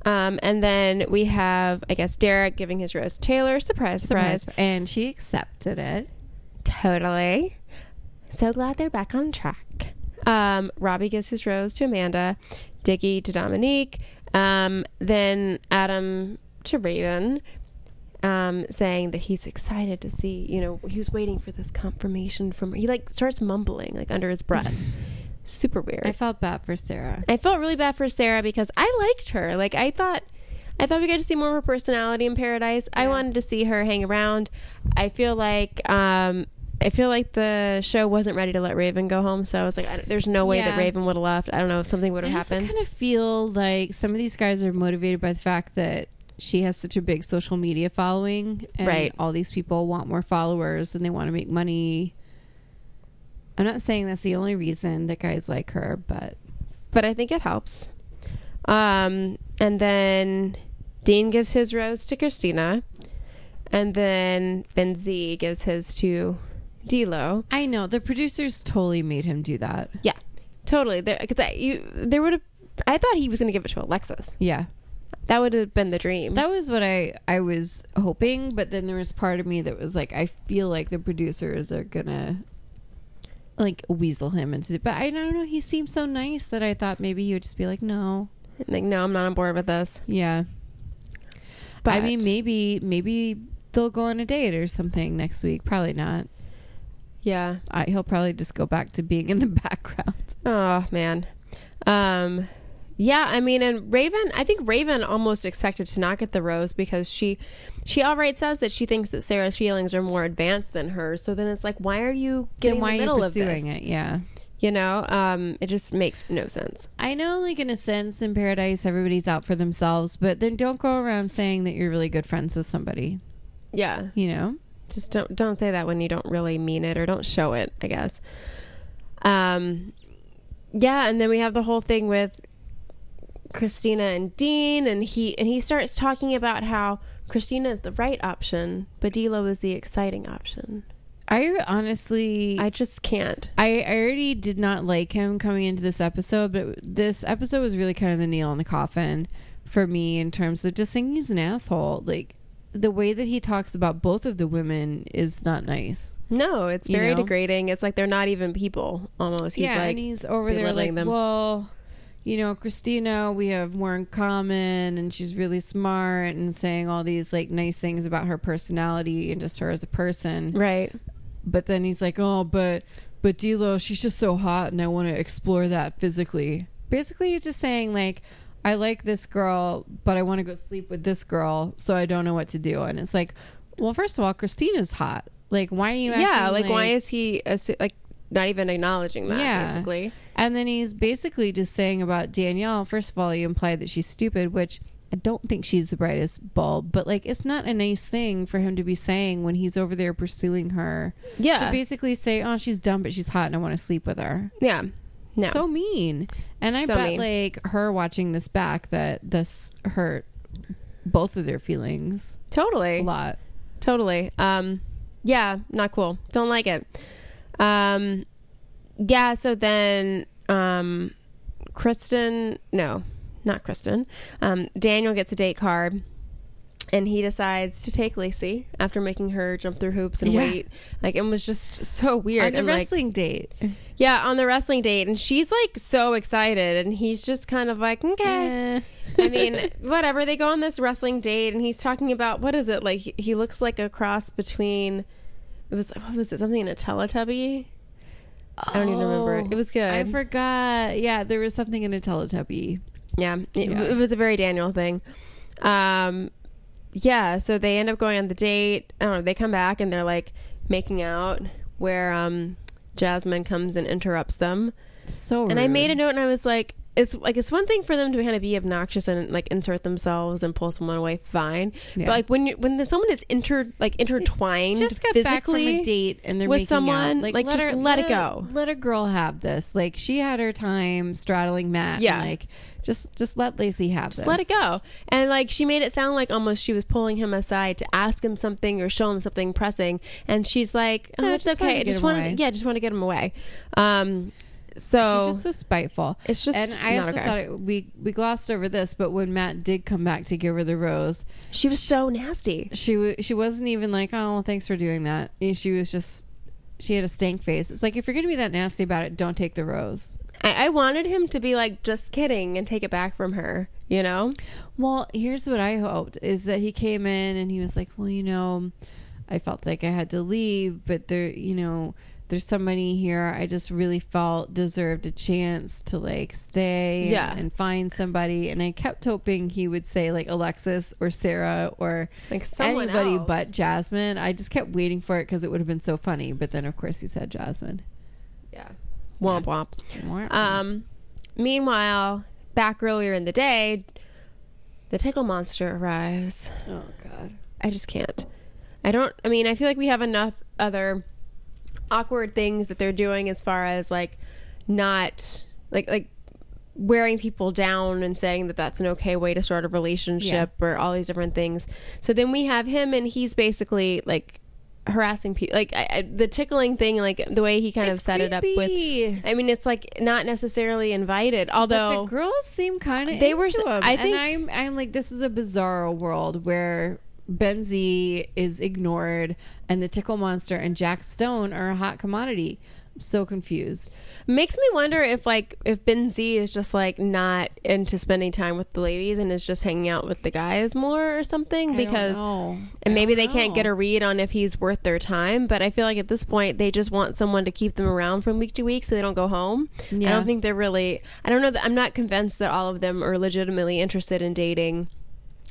Um, and then we have, I guess, Derek giving his rose to Taylor. Surprise, surprise. And she accepted it. Totally. So glad they're back on track. Um, Robbie gives his rose to Amanda, Diggy to Dominique, um, then Adam to Raven, um, saying that he's excited to see, you know, he was waiting for this confirmation from He like starts mumbling like under his <laughs> breath. Super weird. I felt bad for Sarah. I felt really bad for Sarah because I liked her. Like I thought I thought we got to see more of her personality in Paradise. I Yeah. wanted to see her hang around. I feel like um I feel like the show wasn't ready to let Raven go home, so I was like, I don't- "There's no way Yeah. that Raven would have left." I don't know if something would have I also happened. kind of feel like some of these guys are motivated by the fact that she has such a big social media following, and Right. all these people want more followers and they want to make money. I'm not saying that's the only reason that guys like her, but but I think it helps. Um, and then Dean gives his rose to Christina, and then Ben Z gives his to D'Lo. I know the producers totally made him do that. Yeah, totally. Because I you there would have. I thought he was going to give it to Alexis. Yeah, That would have been the dream. that was what I I was hoping, but then there was part of me that was like, I feel like the producers are gonna like weasel him into it. But I don't know. He seemed so nice that I thought maybe he would just be like, no, like, no, I'm not on board with this. yeah. But I mean, maybe maybe they'll go on a date or something next week. Probably not. yeah. I, he'll probably just go back to being in the <laughs> background. Oh man. Um, yeah. I mean, and Raven. I think Raven almost expected to not get the rose because she, she outright says that she thinks that Sarah's feelings are more advanced than hers. So then it's like, why are you getting then why in the are you middle pursuing of this? it? Yeah. You know, um, it just makes no sense. I know, like in a sense, in paradise, everybody's out for themselves, but then don't go around saying that you're really good friends with somebody. Yeah. You know, just don't don't say that when you don't really mean it or don't show it i guess um yeah and then we have the whole thing with christina and dean and he and he starts talking about how christina is the right option but D'Lo is the exciting option I honestly, i just can't I, I already did not like him coming into this episode, but this episode was really kind of the nail in the coffin for me in terms of just saying he's an asshole. Like the way that he talks about both of the women is not nice. no it's You very know? degrading it's like they're not even people almost he's yeah, like and he's over there belittling like, them. well, you know, Christina, we have more in common, and she's really smart, and saying all these like nice things about her personality and just her as a person. right But then he's like, oh, but but D'Lo, she's just so hot, and I want to explore that physically. Basically, he's just saying like, I like this girl, but I want to go sleep with this girl, so I don't know what to do. And it's like, well, first of all, Christina's hot. Like, why are you? yeah acting like, why is he assu- like not even acknowledging that Yeah. basically And then he's basically just saying about Danielle, first of all, you implied that she's stupid, which I don't think she's the brightest bulb, but like it's not a nice thing for him to be saying when he's over there pursuing her. yeah To basically say, oh, she's dumb, but she's hot and I want to sleep with her. yeah no So mean. And I So bet mean. like her watching this back that this hurt both of their feelings totally a lot. totally um yeah not cool don't like it um yeah so then um kristen no not kristen um daniel gets a date card and he decides to take Lacey after making her jump through hoops and Yeah. wait. Like it was just so weird. On the and like, Eh. wrestling date. yeah, on the wrestling date, and she's like so excited, and he's just kind of like, okay. Eh. I mean, whatever. They go on this wrestling date, and he's talking about what is it like? he- He looks like a cross between. It was what was it? Something in a Teletubby. I don't even remember. It was good. Oh, I forgot. Yeah, there was something in a Teletubby. Yeah, it, Yeah. it was a very Daniel thing. Um, yeah, so they end up going on the date. I don't know. They come back and they're like making out, where um, Jasmine comes and interrupts them. So And I made a rude. note, and I was like, it's like it's one thing for them to kind of be obnoxious and like insert themselves and pull someone away, fine. Yeah. But like when you when there's someone is inter like intertwined just got physically, back from a date and they're with making someone, out. like, just let it go. Let a girl have this. Like she had her time straddling Matt. and, Yeah. like just just let Lacey have just let it go. And like she made it sound like almost she was pulling him aside to ask him something or show him something pressing, and she's like, "Oh, No, it's just wanted to okay. I get just him wanted, away." yeah, just want to get him away." Um, so She's just so spiteful. It's just and I not also okay. thought it, we we glossed over this, but when Matt did come back to give her the rose, she was so nasty. she w- she wasn't even like, oh, well, thanks for doing that. And She was just she had a stank face. It's like if you're gonna be that nasty about it, don't take the rose. I, I wanted him to be like, "Just kidding," and take it back from her. You know? Well, here's what I hoped is that he came in and he was like, "Well, you know, I felt like I had to leave, but there, you know, there's somebody here I just really felt deserved a chance to like stay and- Yeah. and, find somebody." And I kept hoping he would say like Alexis or Sarah or Like someone anybody else. but Jasmine. I just kept waiting for it because it would have been so funny, but then of course he said Jasmine. Yeah. Womp womp. Um, Um, meanwhile, back earlier in the day, the tickle monster arrives. oh god. I just can't. I don't. I mean, I feel like we have enough other awkward things that they're doing as far as like not like like wearing people down and saying that that's an okay way to start a relationship or all these different things. So then we have him, and he's basically like harassing people. Like I, I, the tickling thing, like the way he kind of It's set it up with. creepy. I mean, it's like not necessarily invited, But although the girls seem kind of They were s- I I think- think I'm I'm like this is a bizarro world where Benzie is ignored and the Tickle Monster and Jack Stone are a hot commodity. I'm so confused. Makes me wonder if like if Ben Z is just like not into spending time with the ladies and is just hanging out with the guys more or something because and maybe they can't get a read on if he's worth their time, but I feel like at this point they just want someone to keep them around from week to week so they don't go home. I Yeah. don't think they're really I don't know that I'm not convinced that all of them are legitimately interested in dating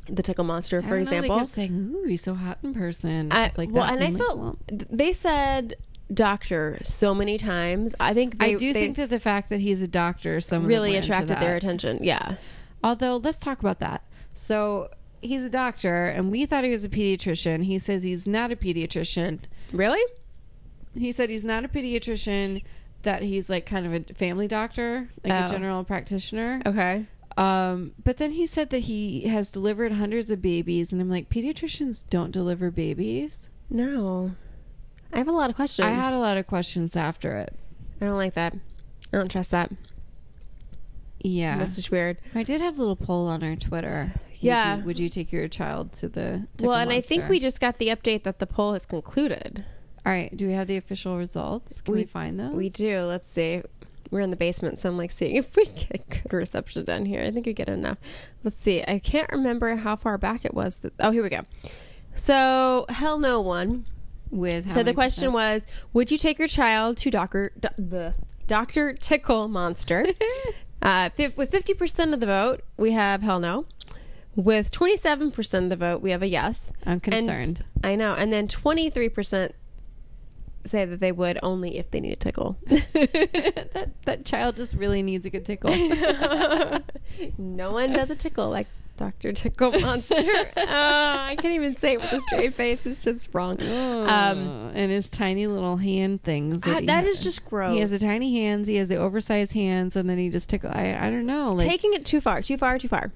the tickle monster, for example. saying, "Ooh, he's so hot in person." I, stuff like well, that. and I I'm like, felt well, th- they said doctor so many times. I think they, I do they think that the fact that he's a doctor, some really attracted their attention. Yeah. Although, let's talk about that. So he's a doctor, and we thought he was a pediatrician. He says he's not a pediatrician. Really? he said he's not a pediatrician that he's like kind of a family doctor like a Oh. general practitioner Okay. um, but then he said that he has delivered hundreds of babies and i'm like pediatricians don't deliver babies No. I have a lot of questions. i I, had a lot of questions after it don't like that. I don't trust that. yeah That's just weird. i did have a little poll on our twitter Would you- Yeah. would you, take your child to the Tickle well, and I think Monster? we just got the update that the poll has concluded. all right do we have the official results can we, We- find them We do. Let's see. We're in the basement, so I'm like seeing <laughs> if we get good reception down here. I think we get enough. Let's see. I can't remember how far back it was. That, oh, here we go. So, hell no one. with how So the many question percent? was, would you take your child to Doctor Do- the Doctor Tickle <laughs> Monster? uh, fif- with fifty percent of the vote, we have hell no. With twenty seven percent of the vote, we have a yes. i'm concerned I know, and then twenty three percent say that they would only if they need a tickle. <laughs> <laughs> that that child just really needs a good tickle <laughs> no one does a tickle like Doctor Tickle Monster. oh, I can't even say it with a straight face. It's just <laughs> wrong. Um, um, and his tiny little hand things. I- he that has. is just gross. He has the tiny hands. He has the oversized hands, and then he just tickle. I, I don't know. Like taking it too far, too far, too far.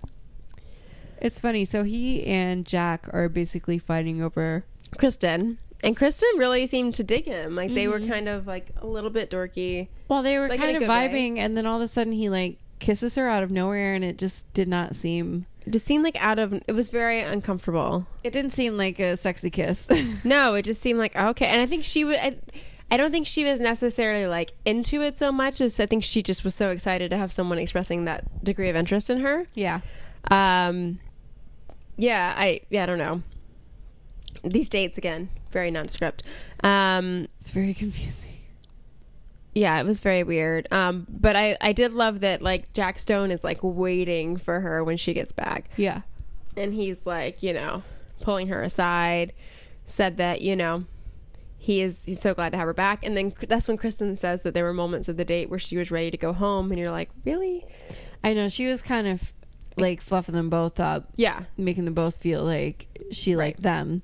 it's funny. So he and Jack are basically fighting over. Kristen. And Kristen really seemed to dig him. Like they were kind of like a little bit dorky. Well, they were Like, in a kind of good way. vibing, and then all of a sudden he like kisses her out of nowhere, and it just did not seem. It just seemed like out of it was very uncomfortable. It didn't seem like a sexy kiss. No, it just seemed like okay. And I think she was. I, I don't think she was necessarily like into it so much as I think she just was so excited to have someone expressing that degree of interest in her. <laughs> yeah. Um, yeah, I yeah, I don't know. These dates again, very nondescript. Um, It's very confusing. yeah, it was very weird. Um, but I I did love that like Jack Stone is like waiting for her when she gets back, Yeah. and he's like you know pulling her aside, said that you know. He is he's so glad to have her back, and then that's when Kristen says that there were moments of the date where she was ready to go home, and you're like, really? I know she was kind of like fluffing them both up, Yeah, making them both feel like she liked them.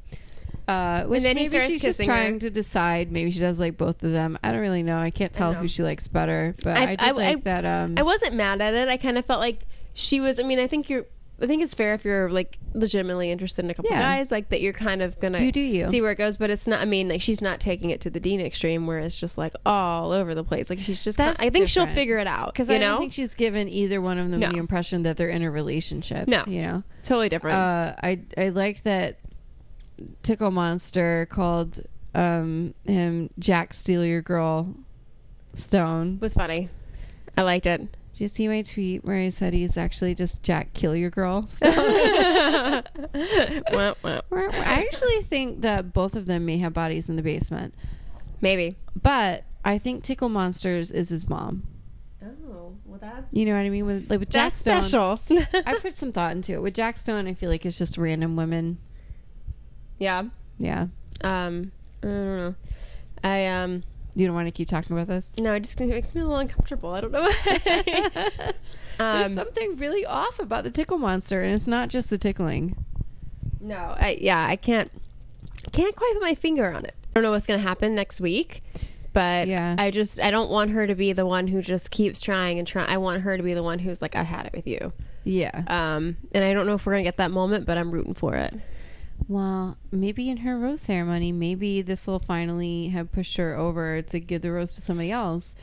Uh, which And then he maybe starts she's just kissing her. trying to decide. Maybe she does like both of them. I don't really know. I can't tell know. who she likes better, but I, I- did I- like I- that. Um, I wasn't mad at it. I kind of felt like she was. I mean, I think you're. I think it's fair if you're like legitimately interested in a couple Yeah. guys, like that you're kind of gonna You do you. see where it goes. But it's not. I mean, like she's not taking it to the dean extreme where it's just like all over the place. Like she's just. That's I think she'll different. figure it out. because you I know, don't think she's given either one of them No. the impression that they're in a relationship. No. you know. totally different. Uh, I I liked that Tickle Monster called um, him Jack Steal Your Girl Stone. was funny. I liked it. Did you see my tweet where I said he's actually just Jack Kill <laughs> Your Girl? Wah, wah. I actually think that both of them may have bodies in the basement, Maybe. but I think Tickle Monsters is his mom. Oh well, that's You know what I mean? With like with Jack that's Stone, special. I put some thought into it. With Jack Stone, I feel like it's just random women. yeah. Yeah, Um. I don't know. I um. you don't want to keep talking about this. No, it just it makes me a little uncomfortable. I don't know. <laughs> why. There's <laughs> um, something really off about the tickle monster, and it's not just the tickling. no, I, yeah, I can't can't quite put my finger on it. I don't know what's going to happen next week, but Yeah. I just I don't want her to be the one who just keeps trying and trying. I want her to be the one who's like, I've had it with you. Yeah. Um, and I don't know if we're going to get that moment, but I'm rooting for it. Well, maybe in her rose ceremony, maybe this will finally have pushed her over to give the rose to somebody else.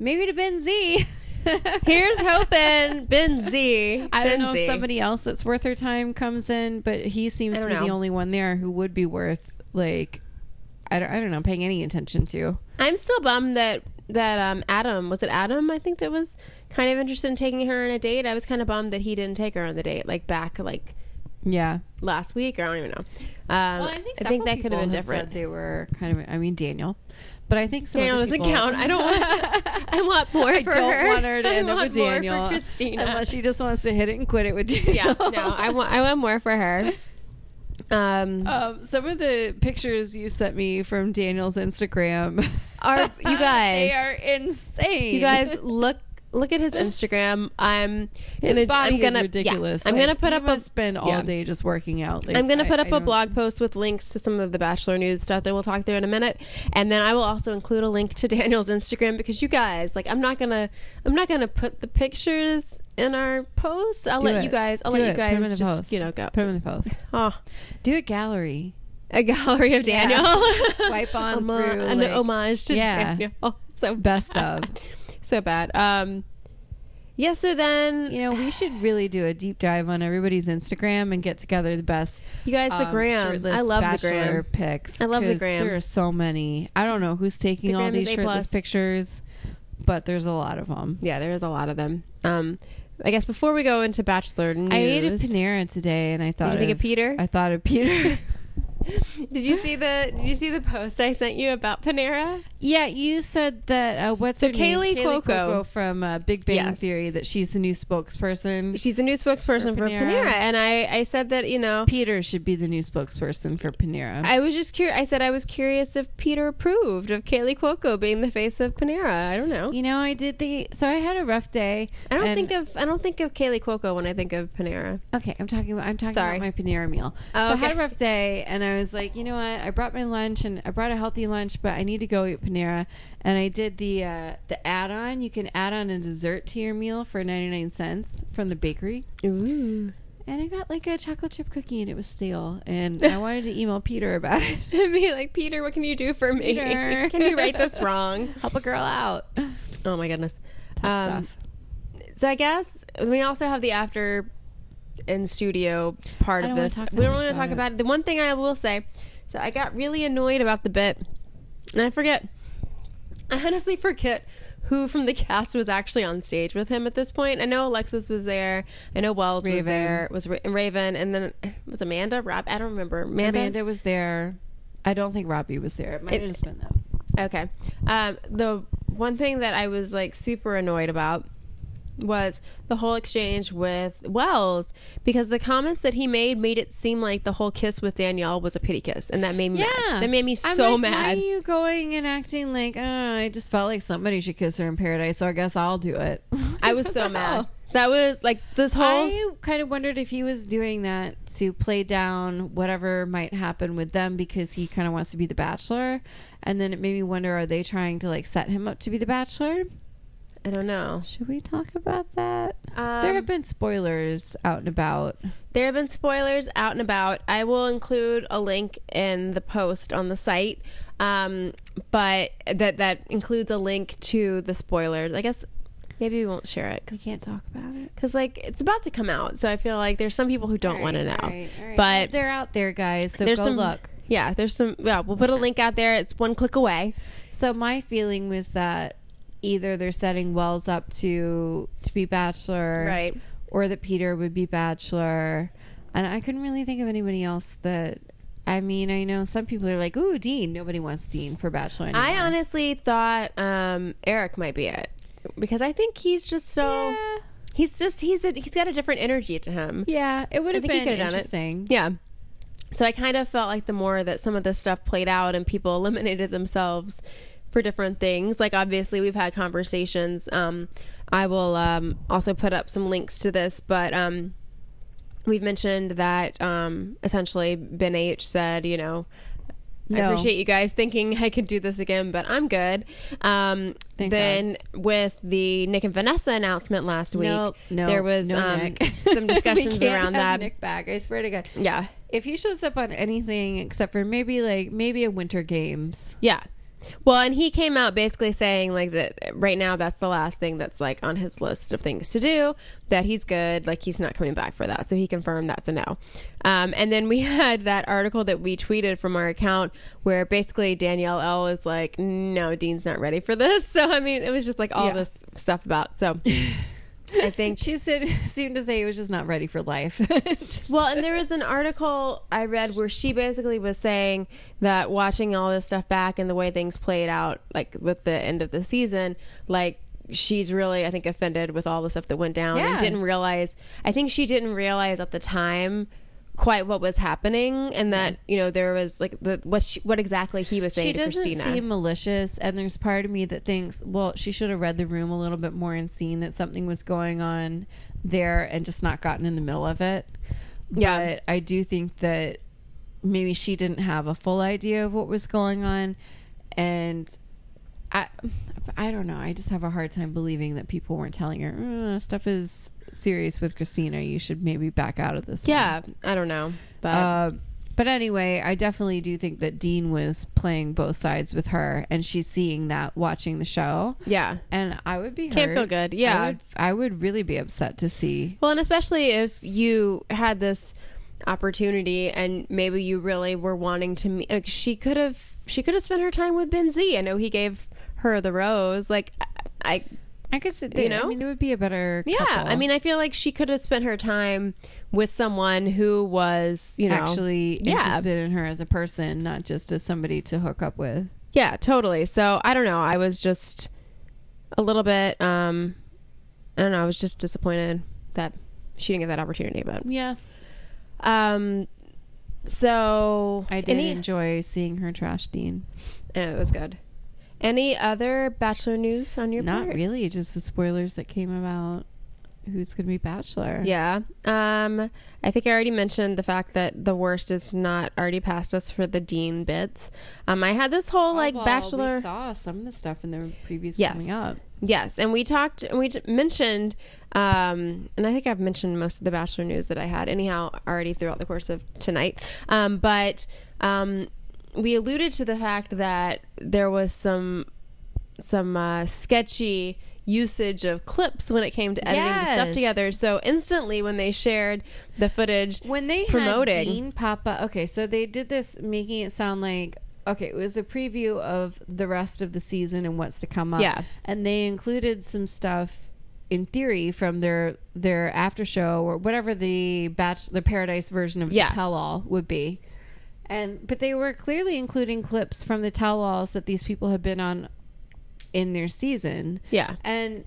Maybe to Ben Z. <laughs> Here's hoping, Ben Z. I don't know Benzie. if somebody else that's worth her time comes in, but he seems I to don't be the know. only one there who would be worth like I don't, I don't know paying any attention to. I'm still bummed that that um Adam was it Adam I think that was kind of interested in taking her on a date. I was kind of bummed that he didn't take her on the date like back like Yeah. last week or I don't even know. Um, I think, that could have been different. They were kind of I mean Daniel, but I think some Daniel other doesn't people- count. I don't want. I want more I for don't her. want her to I end up want with more for Daniel. Christina. Unless she just wants to hit it and quit it with <laughs> Daniel. <laughs> yeah, no, I want. I want more for her. Um, Um, some of the pictures you sent me from Daniel's Instagram <laughs> Are- you guys- they are insane. you guys look. Look at his Instagram. I'm his gonna. body I'm gonna, is yeah, ridiculous. I'm gonna Like, put he up a. must spend all yeah. day just working out. Like, I'm going to I- put I up a don't- blog post with links to some of the Bachelor News stuff that we'll talk through in a minute, and then I will also include a link to <laughs> Daniel's Instagram because you guys, like, I'm not gonna, I'm not gonna put the pictures in our post. I'll Do let it. you guys, I'll Do let it. you Put 'em in guys the just, post. you know, go Put him in the post. oh, Do a gallery. a gallery of Yeah. Daniel. <laughs> <laughs> Swipe on Homo- through, an like- homage to Yeah. Daniel. <laughs> So Best bad. of. so bad. Um, yeah. So then, You know, we should really do a deep dive on everybody's Instagram and get together the best. You guys, the um, gram. shirtless I love the bachelor gram. Pics. I love the 'cause gram. There are so many. I don't know who's taking The all gram is these A shirtless plus. pictures, but there's a lot of them. yeah, there is a lot of them. Um, I guess before we go into Bachelor News, I ate at Panera today, and I thought Did you think of Peter? I thought of <laughs> Peter. Did you see the Did you see the post I sent you about Panera? yeah, you said that. Uh, what's So her name? Kaylee Cuoco. from uh, Big Bang Yes. Theory that she's the new spokesperson. She's a new spokesperson For for Panera. Panera, and I I said that you know Peter should be the new spokesperson for Panera. I was just curious. I said I was curious if Peter approved of Kaylee Cuoco being the face of Panera. I don't know. you know, I did the so I had a rough day. I don't and- think of I don't think of Kaylee Cuoco when I think of Panera. Okay, I'm talking about I'm talking Sorry. about my Panera meal. Oh, so I had okay. a rough day, and I was like, you know what? I brought my lunch, and I brought a healthy lunch, but I need to go eat Panera. And I did the uh, the add on. You can add on a dessert to your meal for 99 cents from the bakery. <laughs> Ooh, And I got like a chocolate chip cookie, and it was stale. <laughs> And I wanted to email Peter about it. be like Peter, what can you do for me? <laughs> Peter. <laughs> Can you right this wrong? Help a girl out. Tough Oh my goodness. Um, stuff. So I guess we also have the after in studio part I of don't wanna this. talk that We don't much really want to about talk it. about it. The one thing I will say, so I got really annoyed about the bit, and I forget. I honestly forget who from the cast was actually on stage with him at this point. I know Alexis was there. I know Wells was Raven. there. Was Ra- Raven, and then was Amanda Rob? I don't remember. Amanda. Amanda was there. I don't think Robbie was there. It might It- have just been them. Okay. Um, the one thing that I was like super annoyed about was the whole exchange with Wells because the comments that he made made it seem like the whole kiss with Danielle was a pity kiss, and that made me mad. that made me I'm so like, Why mad. are you going and acting like? Uh, I just felt like somebody should kiss her in paradise, so I guess I'll do it. I was so What the mad. <laughs> hell? That was like this whole. I kind of wondered if he was doing that to play down whatever might happen with them because he kind of wants to be the bachelor. And then it made me wonder are they trying to like set him up to be the bachelor? I don't know. Should we talk about that? Um, there have been spoilers out and about. There have been spoilers out and about. I will include a link in the post on the site, um, but that that includes a link to the spoilers. I guess maybe we won't share it because Can't talk about it. like it's about to come out, so I feel like there's some people who don't want to know. But they're out there, guys. So there's go some look. Yeah, there's some. Yeah, we'll put a link out there. It's one click away. So my feeling was that either they're setting Wells up to to be bachelor, Right. or that Peter would be bachelor, and I couldn't really think of anybody else that. I mean, I know some people are like, "Ooh, Dean." Nobody wants Dean for bachelor. Anymore. I honestly thought um, Eric might be it because I think he's just so. Yeah. He's just he's a, he's got a different energy to him. yeah, it would have think he been could've done it. interesting. Yeah. So I kind of felt like the more that some of this stuff played out and people <laughs> eliminated themselves for different things, like obviously we've had conversations. Um, I will um, also put up some links to this, but um, we've mentioned that um, essentially Ben H said, you know, I No. appreciate you guys thinking I could do this again, but I'm good. Um, Thank then with the Nick and Vanessa announcement last week, Nope, no, there was no um, Nick. <laughs> some <laughs> We discussions can't around that. have Nick back, I swear to God. Yeah. If he shows up on anything except for maybe like maybe a Winter Games, Yeah. Well, and he came out basically saying like that right now that's the last thing that's like on his list of things to do, that he's good, like he's not coming back for that. So he confirmed that's a no. Um, and then we <laughs> had that article that we tweeted from our account where basically Danielle L is like, no, Dean's not ready for this. <laughs> So I mean, it was just like all Yeah. this stuff about. So I think she said, <laughs> seemed to say he was just not ready for life. <laughs> Just- Well, and there was an article I read where she basically was saying that watching all this stuff back and the way things played out, like with the end of the season, like she's really, I think, offended with all the stuff that went down Yeah. and didn't realize. I think she didn't realize at the time quite what was happening and that you know there was like the what she, what exactly he was saying she to doesn't Christina. seem malicious and there's part of me that thinks well she should have read the room a little bit more and seen that something was going on there and just not gotten in the middle of it Yeah. but i do think that maybe she didn't have a full idea of what was going on and I, I don't know. I just have a hard time believing that people weren't telling her "Uh, stuff is serious with Christina. You should maybe back out of this. one." yeah, I don't know, but Uh, but anyway, I definitely do think that Dean was playing both sides with her, and she's seeing that watching the show. yeah. And I would be Can't hurt. feel good, yeah. I would, I would really be upset to see. Well, and especially if you had this opportunity and maybe you really were wanting to meet, like, she could have she could have spent her time with Ben Z. I know he gave her the rose. Like, I, I I could sit there. You know, I mean, it would be a better. yeah. I mean, I feel like she could have spent her time with someone who was, you know, actually yeah. interested in her as a person, not just as somebody to hook up with. Yeah, totally. So I don't know. I was just a little bit. um I don't know. I was just disappointed that she didn't get that opportunity. But Yeah, um, so I did any- enjoy seeing her trash Dean. Yeah, it was good. Any other Bachelor news on your Not part? really, just the spoilers that came about who's going to be Bachelor. Yeah. Um, I think I already mentioned the fact that the worst is not already past us for the Dean bits. Um, I had this whole like Oh, well, Bachelor. We saw some of the stuff in the previews Yes. coming up. Yes, and we talked, we t- mentioned, um, and I think I've mentioned most of the Bachelor news that I had, anyhow, already throughout the course of tonight. Um, but um, we alluded to the fact that there was some some uh, sketchy usage of clips when it came to editing the stuff Yes. together. So instantly, when they shared the footage, when they promoting. had Dean pop up. Okay, so they did this, making it sound like okay, it was a preview of the rest of the season and what's to come up. Yeah. and they included some stuff in theory from their their after show or whatever the batch the paradise version of Yeah. the tell all would be. And but they were clearly including clips from the tell alls that these people had been on in their season yeah, and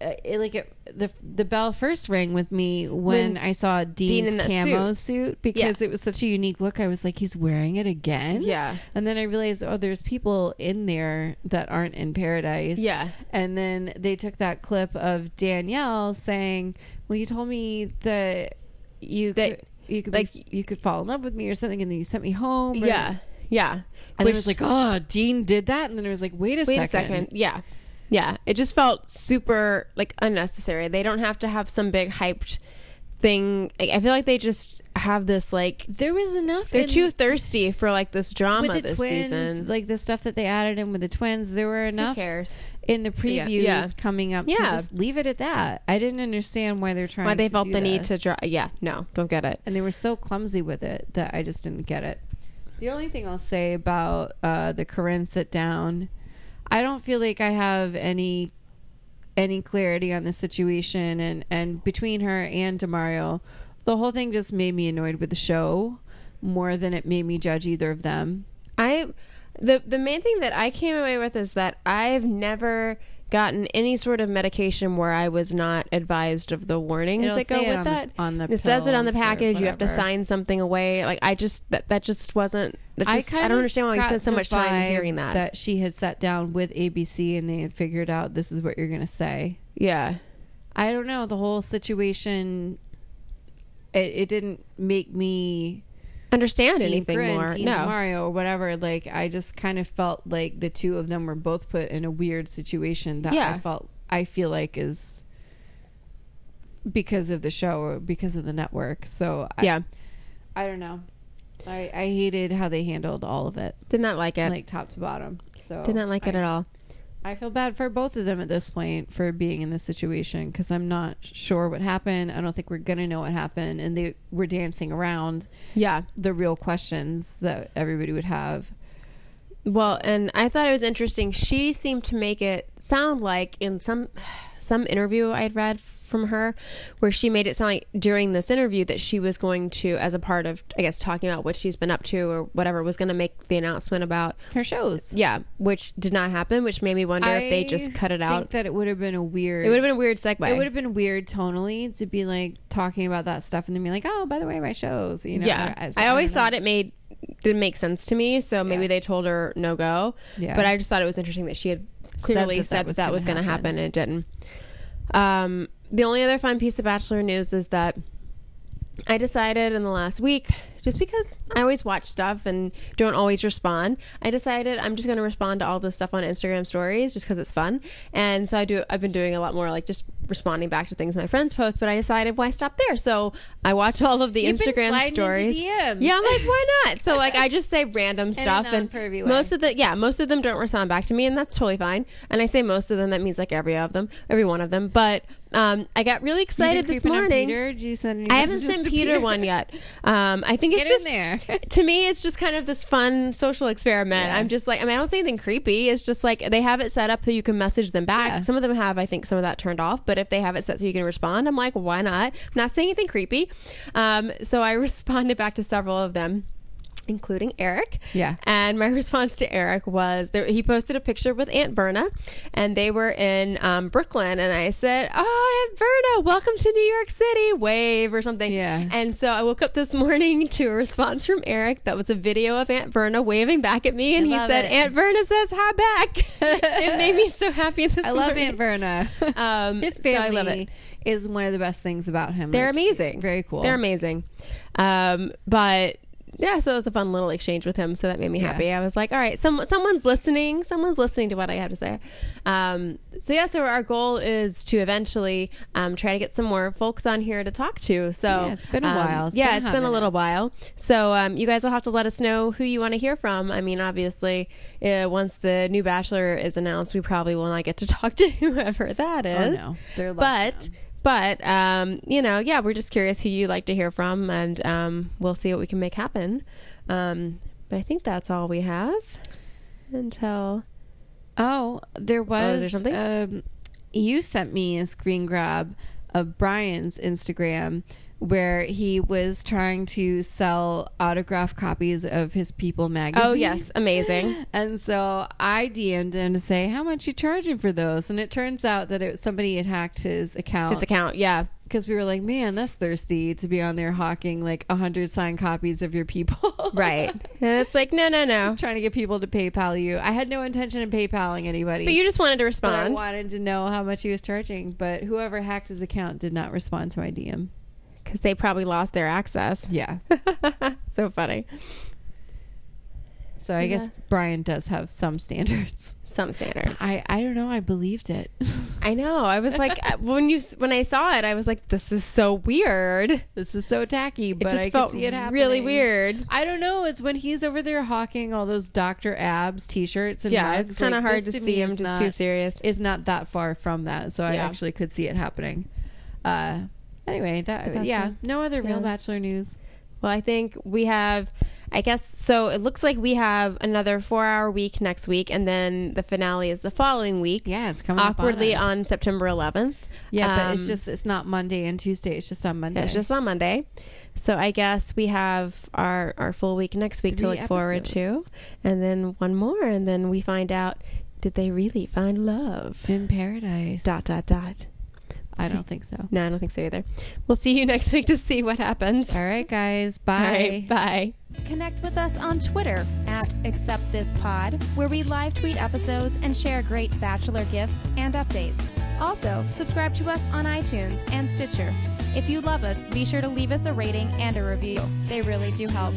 uh, it, like it, the the bell first rang with me when, When I saw Dean Dean's in that camo suit, because it was such a unique look. I was like, he's wearing it again. Yeah. and then I realized, oh, there's people in there that aren't in paradise. Yeah. and then they took that clip of Danielle saying, "Well, you told me that you That- could, you could like- be, you could fall in love with me or something, and then you sent me home." or- yeah, yeah. and Which- I was like, "Oh, Dean did that," and then I was like, "Wait a wait second, a second, yeah. Yeah, it just felt super like unnecessary. They don't have to have some big hyped thing. Like, I feel like they just have this like there was enough." they're in- too thirsty for like this drama with the this twins, season. like the stuff that they added in with the twins, there were enough cares? in the Yeah, previews yeah. coming up to Yeah. just leave it at that. I didn't understand why they're trying. Why they to felt do the need to this. draw? Yeah, no, don't get it. and they were so clumsy with it that I just didn't get it. The only thing I'll say about uh, the Corinne sit down, I don't feel like I have any any clarity on the situation, and and between her and Demario, the whole thing just made me annoyed with the show more than it made me judge either of them. I the the main thing that I came away with is that I've never gotten any sort of medication where I was not advised of the warnings It'll that go say it with on the- that. on the it says it on the pills or package. You have to whatever. sign something away. Like I just that, that just wasn't. That I just, I, kind don't of understand why we got spent so the much time vibe hearing that. That she had sat down with ABC and they had figured out this is what you're going to say. Yeah, I don't know. The whole situation, it, it didn't make me understand Team anything Grin, more? Team no. Mario or whatever. Like I just kind of felt like the two of them were both put in a weird situation that I Yeah. felt I feel like is because of the show or because of the network. So I, Yeah, I don't know. I, I hated how they handled all of it, did not like it. like top to bottom. So did not like it I- at all. I feel bad for both of them at this point for being in this situation because I'm not sure what happened. I don't think we're gonna know what happened, and they were dancing around Yeah. the real questions that everybody would have. Well, and I thought it was interesting. She seemed to make it sound like in some some interview I'd read from her where she made it sound like during this interview that she was going to as a part of I guess talking about what she's been up to or whatever was going to make the announcement about Her shows. yeah, which did not happen, which made me wonder if they just cut it Think out. that it would have been a weird. it would have been a weird segue. It would have been weird tonally to be like talking about that stuff and then be like, oh, by the way, my shows. You know. yeah. so I, always don't know. thought it made didn't make sense to me, so maybe Yeah. they told her no go. Yeah. But I just thought it was interesting that she had clearly that that said that was that gonna was going to happen and happen. it didn't. Um, the only other fun piece of Bachelor news is that I decided in the last week, just because I always watch stuff and don't always respond, I decided I'm just going to respond to all this stuff on Instagram stories just because it's fun. And so I do. I've been doing a lot more like just responding back to things my friends post. But I decided why stop there? So I watch all of the You've been Instagram sliding into stories. DMs. Yeah, I'm like, why not? So like, I just say <laughs> random stuff, and non-pervy way. most of the yeah, most of them don't respond back to me, and that's totally fine. And I say most of them, that means like every of them, every one of them. But um, I got really You've been excited this creeping on morning. Peter? Did you send any I haven't messages sent to Peter, one yet. Um, I think it's Get just in there. to me, it's just kind of this fun social experiment. I'm just like, I mean, I don't say anything creepy. It's just like they have it set up so you can message them back. Yeah. Some of them have, I think, some of that turned off. But if they have it set so you can respond, I'm like, why not? I'm not saying anything creepy. Um, so I <laughs> responded back to several of them. Including Eric, Yeah. And my <laughs> response to Eric was there, he posted a picture with Aunt Berna, and they were in um, Brooklyn, and I said, "Oh, Aunt Berna, welcome to New York City, wave or something." Yeah. And so I woke up this morning to a response from Eric that was a video of Aunt Verna waving back at me, and he love said, it. "Aunt Verna says hi back." <laughs> it made me so happy this I love morning. Aunt <laughs> Verna. Um, His so I family love is one of the best things about him. They're Like, amazing. Very cool. They're amazing. Um, but yeah, so it was a fun little exchange with him. So that made me Yeah. happy. I was like, all right, some someone's listening. Someone's listening to what I have to say. Um, so yeah, so our goal is to eventually um, try to get some more folks on here to talk to. So Yeah, it's been a um, while. It's yeah, been a it's been a hot little while. So um, you guys will have to let us know who you want to hear from. I mean, obviously, uh, once the new Bachelor is announced, we probably will not get to <laughs> talk to whoever that is Oh, is. no. They're locked but but um, you know, yeah, we're just curious who you like to hear from, and um, we'll see what we can make happen. Um, but I think that's all we have until Oh, there was there something? Um, you sent me a screen grab of Brian's Instagram where he was trying to sell autograph copies of his People magazine. oh yes, amazing. <laughs> And so I DM'd him to say, "How much you charging for those?" And it turns out that it somebody had hacked his account His account, <laughs> yeah, because we were like, "Man, that's thirsty to be on there hawking like a hundred signed copies of your people." <laughs> right. and it's like no, no, no. trying to get people to PayPal you. I had no intention of PayPaling anybody. But you just wanted to But I respond. wanted to know how much he was charging, but whoever hacked his account did not respond to my DM. because they probably lost their access. Yeah. <laughs> so funny. So I guess Yeah. Brian does have some standards. Some standards. I, I don't know. I believed <laughs> it. I know. I was <laughs> like, uh, when you when I saw it, I was like, this is so weird. This is so tacky, It but just I could felt see it happening. really weird. I don't know. It's when he's over there hawking all those Dr. Abs t-shirts and Yeah, mugs, it's kind of like, hard this to me see him is just not- too serious. is not that far from that, so I Yeah. actually could see it happening. Uh, anyway, But that that's yeah, it. no other real Yeah. bachelor news. Well, I think we have, I guess, so it looks like we have another four hour week next week, and then the finale is the following week. Yeah, it's coming up on Awkwardly us. on, September 11th. Yeah, but it's Um, just it's not Monday and Tuesday. It's just on Monday. It's just on Monday. So I guess we have our, our full week next week to Three look forward to. episodes. And then one more, and then we find out did they really find love? in paradise. Dot, dot, dot. I don't think so. No, I don't think so either. We'll see you <laughs> next week to see what happens. All right, guys. All Bye. right, bye. Connect with us on Twitter at AcceptThisPod, where we live tweet episodes and share great Bachelor gifts and updates. Also, subscribe to us on iTunes and Stitcher. If you love us, be sure to leave us a rating and a review. They really do help.